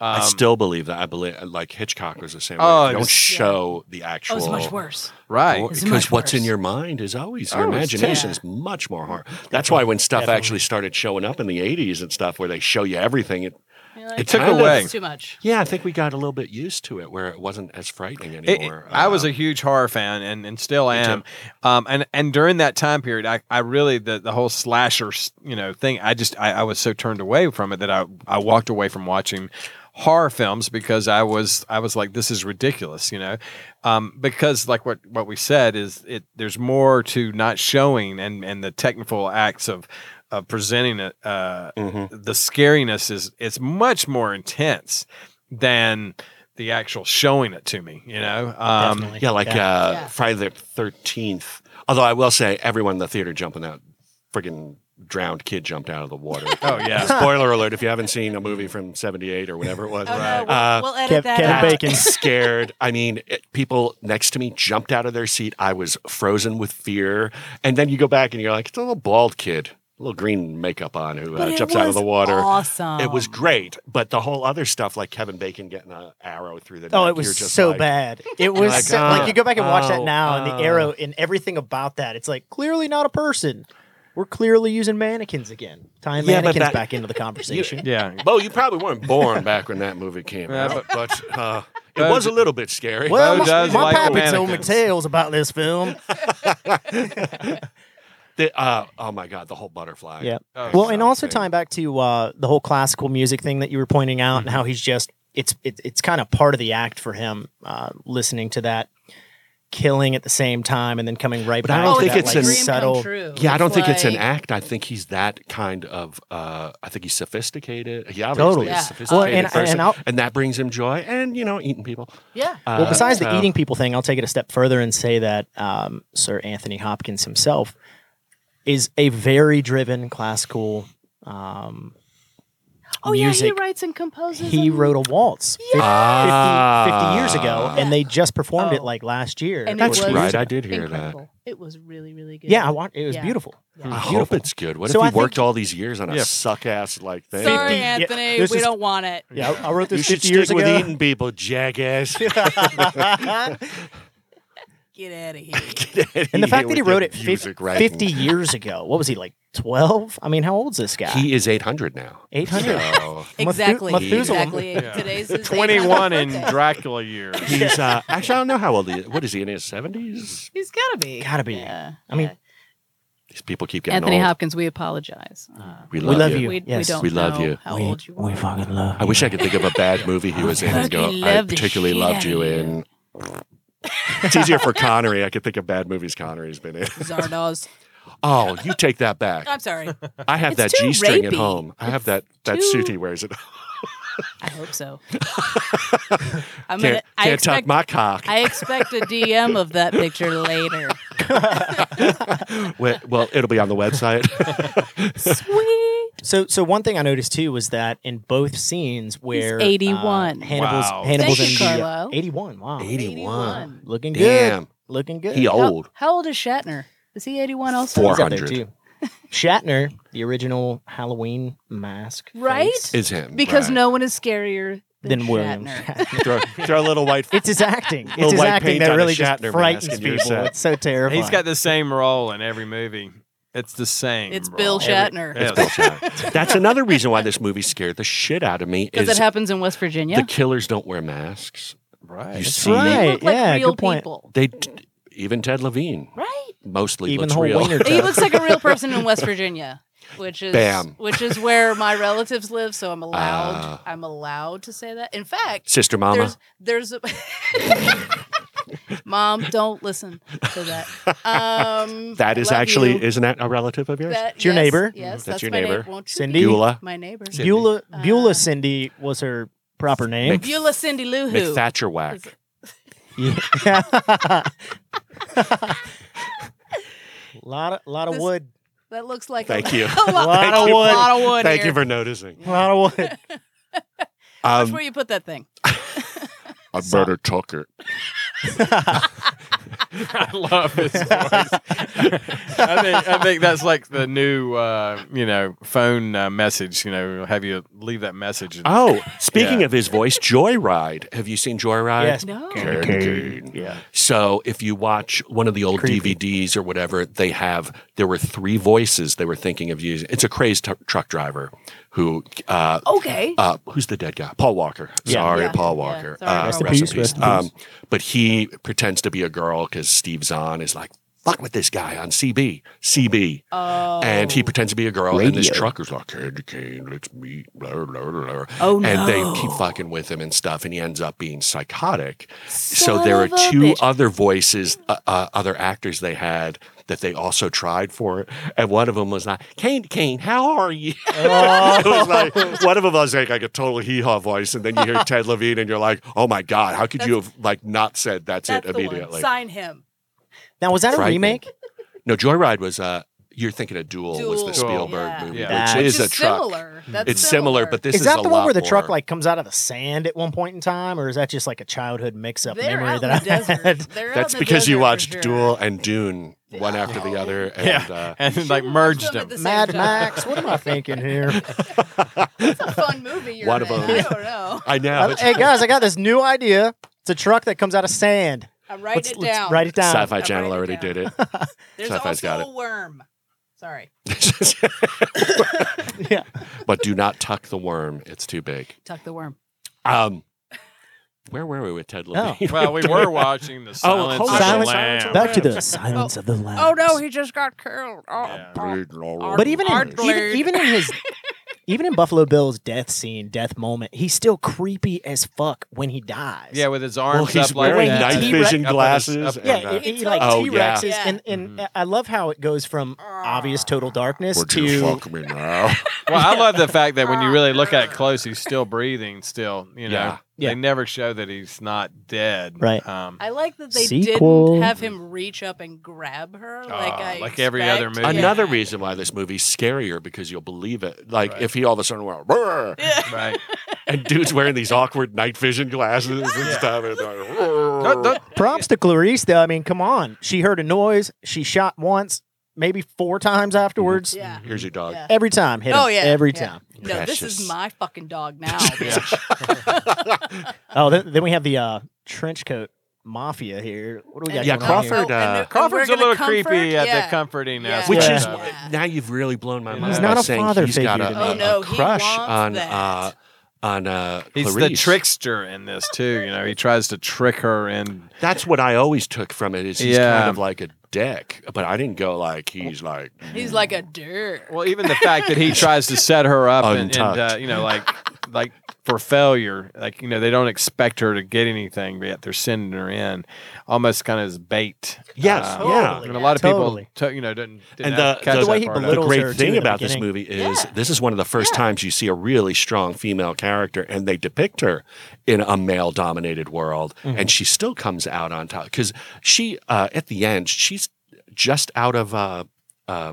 Um,
I still believe that. I believe like Hitchcock was the same.
Oh,
way.
it
Don't
was-
show the actual.
Oh, it's much worse.
right.
It's
because
much
what's in
worse.
your mind is always
Oh,
your
it's
imagination
terrible.
is much more hard. That's why when stuff
Definitely.
actually started showing up in the '80s and stuff, where they show you everything, it,
You're like,
It took
"Oh,
away.
that's too much.
yeah, I think we got a little bit used to it, where it wasn't as frightening
It- it-
anymore.
I was
Uh,
a huge horror fan and, and still
too.
am. Um, and, and during that time period, I, I really, the, the whole slasher, you know, thing, I just, I, I was so turned away from it that I, I walked away from watching horror films because I was, I was like, this is ridiculous, you know? Um, because like what, what we said is it, there's more to not showing and, and the technical acts of, of presenting it, uh,
mhm.
the scariness is it's much more intense than the actual showing it to me you know um
Definitely.
yeah, like Uh,
Yeah.
Friday the Thirteenth. Although I will say, everyone in the theater jumping out, friggin' drowned kid jumped out of the water.
oh yeah
Spoiler alert! If you haven't seen a movie from '78 or whatever it was,
Oh,
Right.
no, we'll,
Uh,
we'll edit
Kev-
that
Kevin
out.
Bacon.
and scared. I mean, it, people next to me jumped out of their seat. I was frozen with fear. And then you go back and you're like, it's a little bald kid, a little green makeup on who
But
uh,
it
jumps out of
was
the water.
Awesome.
It
Um,
was great, but the whole other stuff, like Kevin Bacon getting an arrow through the
Oh,
neck,
it was
you're just
so
like,
bad. It was
Like,
so,
oh,
like you go back and watch that
oh,
now, and
oh.
the arrow and everything about that. It's like clearly not a person. We're clearly using mannequins again, tying
Yeah, but
mannequins
that-
back into the conversation.
yeah
Bo, you probably weren't born back when that movie came
Yeah,
out, but, uh, it
Bo
was a
d-
little bit scary.
Well,
Bo
my,
does
my
like
pappy told me
mannequins.
tales about this film.
The- uh, oh my God, the whole butterfly.
Yeah.
Oh,
well, and
sorry,
also
babe.
tying back to uh, the whole classical music thing that you were pointing out, and how he's just it's it, it's kind of part of the act for him uh, listening to that killing at the same time and then coming right
But I
back.
don't
to
think it's
that, like,
an-
Oh, dream
subtle.
Come true.
Yeah, I don't think it's an
like-
act. I think he's that kind of. Uh, I think he's sophisticated. He obviously
Totally.
is
Yeah.
a sophisticated
Well, and- and
person,
I'll-
and, that brings him joy. And you know, eating people.
Yeah.
Well, besides
Uh, so-
the eating people thing, I'll take it a step further and say that um, Sir Anthony Hopkins himself is a very driven classical um,
Oh yeah, he
music.
writes and composes.
he
and-
wrote a waltz fif- 50,
Ah.
50 years ago, and they just performed it
Oh.
like last year.
And it
That's
was
right. I did hear that.
incredible. It was really, really good.
yeah, I want. It was
Yeah.
beautiful.
I
Yeah.
hope it's good. What
So I
if
think-
he worked all these years on a
Yeah.
suck ass like thing?
Sorry,
yeah,
Anthony,
this
we
is-
don't want it.
Yeah, I I wrote
You
this
should
50
stick
years
with
ago.
eating people, jackass.
Get out of here.
and the fact that he wrote it 50, 50 years ago, what was he like? Twelve? I mean, how old's this guy?
He is 800 now.
Eight hundred.
So
exactly.
Methuselah.
Exactly. Today's his
21 in
800th birthday.
Dracula years.
he's uh, actually I don't know how old he is. What is he in his 70s?
He's gotta be.
Gotta be.
Yeah.
I mean,
yeah.
These people keep getting
Anthony
old.
Hopkins, we apologize. Uh,
we
We
love,
love
you.
you.
we,
yes.
we don't
We love
know
you.
how
we,
old you are.
we fucking love.
I wish I could think of a bad movie he was in and go.
Fucking
I
love the
particularly
shit
loved
outta
you
you."
in. It's easier for Connery. I could think of bad movies Connery's been in.
Zardoz.
Oh, you take that back.
I'm sorry.
I have
It's
that
too
G string at
rapey.
home. I have that that
too-
suit he wears at
I hope so. I'm
Can't,
gonna. I
can't
expect.
tuck my cock.
I expect a DM of that picture later.
Well, well, it'll be on the website.
Sweet.
So, so one thing I noticed too was that in both scenes where uh,
81.
Hannibal's
Wow.
Hannibal's
Thank you,
in the,
Carlo.
eighty-one. Wow,
81.
looking
Damn.
good, looking good.
He old.
How old is Shatner? Is he 81 also?
Four.
He's up there,
400.
too. Shatner, the original Halloween mask,
Right?
face,
Is him.
Because
right.
no one is scarier than,
Then William.
Shatner.
Shatner.
throw, throw a little white.
It's his acting.
Little
It's his
white
acting
paint
that
on a
really just
Shatner
frightens
mask and you're
people.
set.
It's so terrifying.
He's got the same role in every movie. It's the same.
It's Bill
role.
Shatner.
Yes.
That's another reason why this movie scared the shit out of me.
Because it
Is
happens in West Virginia.
the killers don't wear masks? You
Right.
see,
right.
they look like
yeah,
real
good point.
people.
they d- even Ted Levine
Right?
mostly
Even
looks
the whole
real.
wiener
He
Yeah.
looks like a real person in West Virginia, which is
Bam.
which is where my relatives live, so I'm allowed
Ah.
I'm allowed to say that. In fact,
Sister Mama.
there's there's a Mom, don't listen to that. Um
That is
love
actually
you.
isn't that a relative of yours?
That-
It's your
yes,
neighbor.
Yes, that's,
That's your
my neigh-
neighbor.
won't you
Cindy?
be
Beulah.
My neighbor.
Cindy.
Beulah,
Uh,
Beulah Cindy was her proper name.
Beulah Cindy Lou Who.
McThatcherwack.
Yeah. lot of lot of
This-
wood.
That looks like
Thank
a,
you.
a lot,
Lot of
a
wood.
lot of wood.
Thank
here.
you for noticing.
A lot of wood.
That's
Um,
where you put that thing.
I better talk it.
I love his voice. I think I think that's like the new uh, you know phone uh, message. You know, have you leave that message? And,
Oh, speaking
Yeah.
of his voice, Joyride. Have you seen Joyride?
Yes.
No.
Candy cane.
Yeah.
So if you watch one of the old
Creepy.
DVDs or whatever, they have there were three voices they were thinking of using. It's a crazed tr- truck driver who uh,
Okay.
uh, who's the dead guy? Paul Walker.
Yeah.
Sorry,
Yeah.
Paul
Yeah.
Walker.
Sorry,
Uh,
Rest in
rest in
peace,
peace.
rest in
Um,
peace.
but he pretends to be a girl because Steve Zahn is like, fuck with this guy on CB, CB.
oh.
And he pretends to be a girl, and this trucker's like, candy cane, let's meet, blah, blah, blah.
Oh
and
no.
they keep fucking with him and stuff, and he ends up being psychotic. so
Son
there are
of a
two
bitch.
other voices, uh, uh, other actors they had that they also tried for it, and one of them was like, "Candy Cane, how are you?"
Uh,
it
Oh.
was like one of them was like, like a total hee haw voice, and then you hear Ted Levine, and you're like, "Oh my god, how could you have like not said that's,
That's
it
the
immediately?"
one. Sign him.
Now was that a
Frightening.
remake?
No, Joyride was uh, you're thinking of Duel, was the
Duel,
Spielberg
yeah.
movie,
Yeah.
which
Which
is,
Which
a truck.
Similar. That's
It's similar, but this is,
is that
a
the one
lot
where the truck
more-
like comes out of the sand at one point in time, or is that just like a childhood mix-up
they're
memory
out
that I
in the
had?
desert. They're out
That's
in the
because you
desert for
watched
sure.
Duel and Dune one after the other, and uh,
and then, like
Should've
merged
watched them
them.
at the same
Mad
time.
Max. What am I thinking here? Uh,
It's a fun movie. You're
One
in.
of
I
them.
don't know.
I know. it's-
hey guys, I got this new idea. It's a truck that comes out of sand.
I write
Let's,
it
let's
down.
write it down.
Sci-Fi
I'm
Channel already
writing
did it.
There's
Sci-fi's
also
got
a
it.
worm. Sorry.
Yeah.
but do not tuck the worm; it's too big.
Tuck the worm.
Um, where were we with
Oh.
Ted Levine?
Well, we were watching the Oh, silence.
hold
of the
on. Silence-
Lambs.
Back to the silence of the lambs.
Oh no, he just got killed. Oh,
Yeah.
But even
Art
in,
blurred.
even, even in his even in Buffalo Bill's death scene, death moment, he's still creepy as fuck when he dies.
Yeah, with his
Well,
arms
he's
up like
wearing
that.
night
T-Rex-
vision
Up with his- up-
glasses.
Yeah,
and, uh,
it, it,
It's
like
all- Oh,
T Rexes,
yeah.
and and I love how it goes from
Ah.
obvious total darkness
Would you
to
fuck me now?
Well, I love the fact that when you really look at it close, he's still breathing. Still, you know,
Yeah.
Yeah.
they never show that he's not dead.
Right.
Um,
I like that they
Sequel.
didn't have him reach up and grab her like
Ah,
I
like every other
expect.
movie.
Another
Yeah.
reason why this movie's scarier because you'll believe it. Like
Right.
if he all of a sudden went "Roar,"
right.
and dude's wearing these awkward night vision glasses and stuff. And they're like, "Roar."
Don't- don't-
props to Clarice though. I mean, come on. She heard a noise. She shot once, maybe four times afterwards.
Yeah.
Here's your dog.
Yeah.
Every time. Hit
Oh
him.
yeah.
Every
yeah.
time.
No, this
Precious.
is my fucking dog now.
Yeah.
Oh, then, then we have the uh, trench coat mafia here. What do we got?
Yeah,
going on here?
Crawford, uh,
and- and
Crawford's a
we're gonna
little
comfort?
creepy at
Yeah.
the comforting
Yeah.
aspect
Which
Yeah.
is
of it.
Yeah.
now you've really blown my
He's
mind.
not
by
a
saying
father
he's got
figure
a,
to me.
Oh, no,
a
he
crush
wants
on
that.
uh, on uh,
He's the
Clarice.
trickster in this too. You know, he tries to trick her in.
That's what I always took from it. Is he's
Yeah.
kind of like a dick, but I didn't go like he's like
He's like a dirt.
Well, even the fact that he tries to set her up and, and uh,
Untucked.
you know, like like for failure, like you know, they don't expect her to get anything, but yet they're sending her in, almost kind of as bait.
Yes,
Um,
yeah.
And a lot of
Totally.
people, to, you know, didn't, didn't
And the-
catch
the-
that
The way
he
part of it.
the
belittles her,
great
too,
thing
in the
about this
beginning.
movie is this is one of the first times you see a really strong female character and they depict her in a male dominated world and she still comes out on top because she uh, at the end she's just out of uh, uh,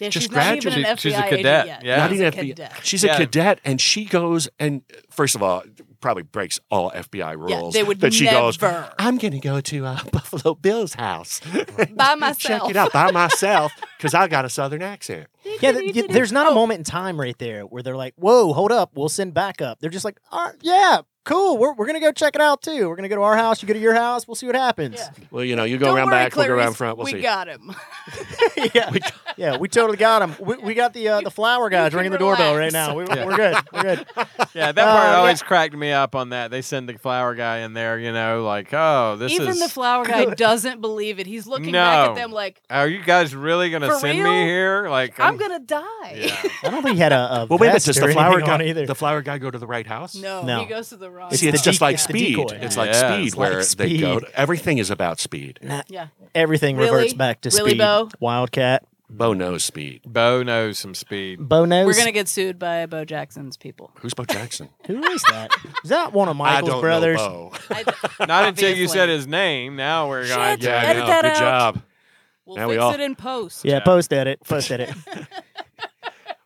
Yeah,
Just
she's not even
graduated.
an FBI
She's a
agent
cadet,
yet.
yeah. Not
She's
even
a
FBI
cadet.
she's a
Yeah.
cadet and she goes and first of all probably breaks all FBI rules
Yeah, they would
but she
never
goes I'm gonna go to uh, Buffalo Bill's house
by
check
myself.
it out by myself because I got a southern accent
Yeah, th- y- there's not a moment in time right there where they're like, "Whoa, hold up, we'll send backup." They're just like, "All right, "Yeah, cool. We're, we're gonna go check it out too. We're gonna go to our house. You go to your house. We'll see what happens."
well you know you go
Don't
around
worry,
back we'll go around
Clarice,
front we'll
we
see
got him.
Yeah, yeah, we, totally got him. We, we got the uh, the flower guys
can
ringing the doorbell
relax.
right now. We,
Yeah.
We're good. We're good.
Yeah, that part
Uh, yeah.
always cracked me up on that. They send the flower guy in there, you know, like, oh, this
Even
is.
the flower guy doesn't believe it. He's looking back
No.
at them like,
are you guys really gonna
For
send
real?
me here? Like, um,
I'm gonna die.
Yeah.
I don't think he had a, a
Well, wait a minute.
vest
Does
or
the flower
anything on
guy
either.
the flower guy go to the right house?
No,
No.
he goes to the wrong.
See, it's
the
just
decoy.
like
It's the
speed.
decoy.
It's like
Yeah.
speed
It's
like
where they go.
Speed.
To, everything is about speed.
yeah,
Everything
Really?
reverts back to
Really,
speed.
Bo?
Wildcat.
Bo knows speed.
Bo knows some speed.
Bo knows.
we're gonna get sued by Bo Jackson's people.
Who's Bo Jackson?
Who is that? Is that one of Michael's
I don't
brothers?
know Bo.
I,
Not until you
Obviously.
said his name. Now we're going.
Shit.
to
Yeah, I
Edit
know.
that
Good
out.
job.
we'll
Now
fix
we all-
it in post.
Yeah, post edit. Post edit.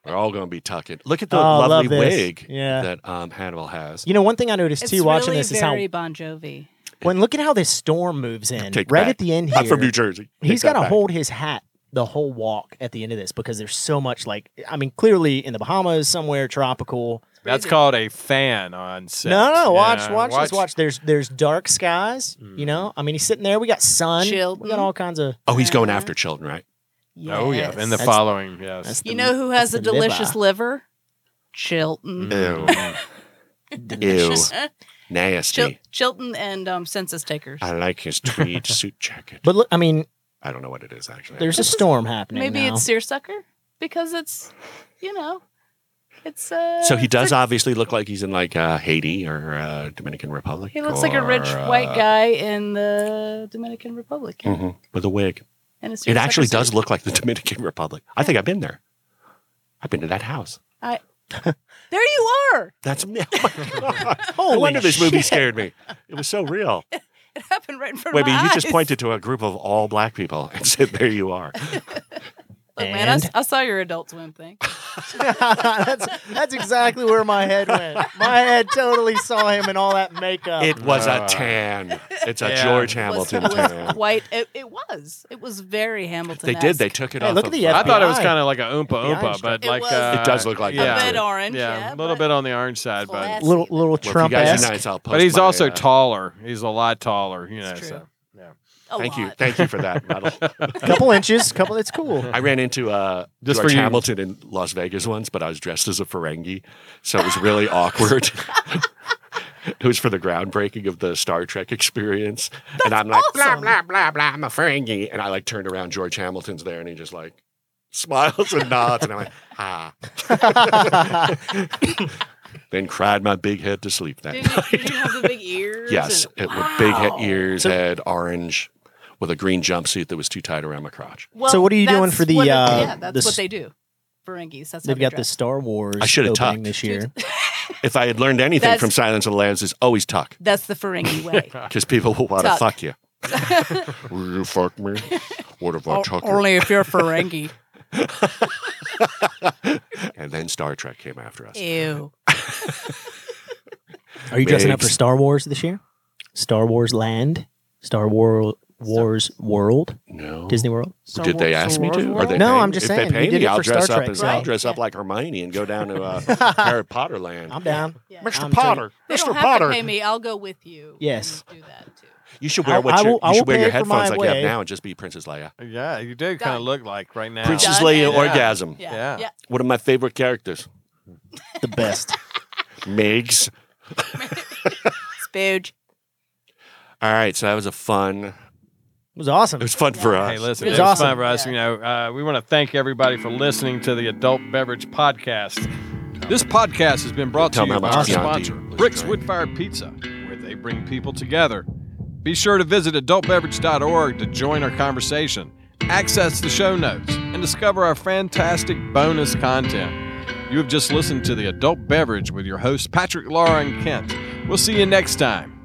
We're all going to be tucking. Look at the
Oh, I love
lovely
this.
wig
Yeah.
that um, Hannibal has.
You know, one thing I noticed
It's
too watching
really
this is how
very Bon Jovi.
when look at how this storm moves in
Take
right
back.
at the end
I'm
here.
from New Jersey. Take
he's
that
got to
back.
hold his hat the whole walk at the end of this because there's so much like I mean clearly in the Bahamas somewhere tropical.
That's called a fan on set.
No, no, no, watch,
Yeah,
watch, let's watch. There's there's dark skies.
Mm.
You know, I mean he's sitting there. We got sun.
Chilled.
We got all kinds of.
Oh, he's going after children, right?
Oh yeah, in the
That's-
following, yes.
that's
You
the-
know who has a
that's the
delicious liver?
Mm.
Chilton.
Ew. Mm-hmm. Ew.
Delicious.
Nasty.
Chil- Chilton and um, census takers.
I like his tweed suit jacket.
But look, I mean,
I don't know what it is, actually.
there's a storm happening.
Maybe
now.
it's seersucker because it's, you know, it's. Uh,
so he
it's a-
does obviously look like he's in like uh, Haiti or uh, Dominican Republic.
He looks like a rich
or, uh,
white guy in the Dominican Republic. yeah,
Mhm, with a wig.
and a seersucker
It actually does
suit.
look like the Dominican Republic. I think I've been there. I've been to that house.
I, there you are.
That's me. Oh my God.
Holy
No wonder this movie
shit.
scared me. It was so real.
It happened right in front
Wait,
of my
but you
eyes.
just pointed to a group of all black people and said, "There you are."
Look, man, I s-
And-
I, saw your Adult Swim thing.
that's that's exactly where my head went. My head totally saw him in all that makeup.
It was a
Wow.
tan. It's a
Yeah.
George
Was-
Hamilton
was
tan.
White. It, it was. It was very Hamilton.
They did. They took it
Hey,
off.
look at
of,
the
I
uh,
FBI.
thought it was kind of like a oompa oompa,
strip.
but
It
like
was.
uh,
It does look like
yeah.
a bit orange.
Yeah,
Yeah,
a little
but
bit on the orange side, but
classy.
little little
well, if
Trump
you guys
esque.
are nice, I'll post
but he's
my,
also
uh,
taller. He's a lot taller, you know.
true.
So.
A
Thank
lot.
you. Thank you for that. Model.
couple inches, couple. It's cool.
I ran into uh,
Just
George
for you.
Hamilton in Las Vegas once, but I was dressed as a Ferengi, so it was really awkward. it was for the groundbreaking of the Star Trek experience, and I'm like
awesome.
blah blah blah blah, I'm a Ferengi, and I like turned around, George Hamilton's there, and he just like smiles and nods, and I'm like ah. then cried my big head to sleep that
Did
night.
you, did you have the big ears?
Yes,
and-
it with big head,
Wow.
ears, head, orange. with a green jumpsuit that was too tight around my crotch.
Well,
So what are you doing
that's
for the,
what-
uh,
yeah, that's
this-
what they do. Ferengis. That's how
They've
they
got the
dress.
Star Wars
I should have
opening
tucked.
this year.
If I had learned anything
That's-
from Silence of the Lambs, is always tuck
That's the Ferengi way.
because people will want to
Tuck.
fuck you. Will you fuck me? What if I tuck you?
only if you're Ferengi.
And then Star Trek came after us.
Ew.
Are you dressing up for
Makes-
Star Wars this year? Star Wars Land, Star War- Wars World,
No.
Disney World.
Did they ask me to? Are they
No,
paying-
I'm just
if
saying,
They
you
pay
did
me,
it
I'll
for
dress
Star
up
Trek,
as I'll
right?
dress up
Yeah.
like Hermione and go down to uh, Harry Potter Land.
I'm down.
Yeah.
I'm
Mr.
telling
Potter,
They
Mr.
don't have
Potter.
To pay me. I'll go with you. when
Yes.
you do that too.
You should
I-
wear what
I
your-
will- I
you
will
should wear
pay
your
for my
headphones like you
way.
have now and just be Princess Leia.
Yeah, you do kind of
Done.
look like right now.
Princess
Done
Leia
and done.
orgasm.
Yeah.
Yeah.
yeah.
One of my favorite characters,
The best.
Migs.
Spooge.
All right, so that was a fun.
It was awesome.
It was fun for us.
Hey, listen,
It
it's
was
fun
awesome.
for us.
Yeah.
You know, uh, we want to thank everybody for listening to the Adult Beverage Podcast. This podcast has been brought
Tell
to
me
you
how
by
much
our
Beyond
sponsor,
Deer was
Bricks
drank.
Wood Fired Pizza, where they bring people together. Be sure to visit adultbeverage.org to join our conversation, access the show notes, and discover our fantastic bonus content. You have just listened to the Adult Beverage with your hosts Patrick, Laura, and Kent. We'll see you next time.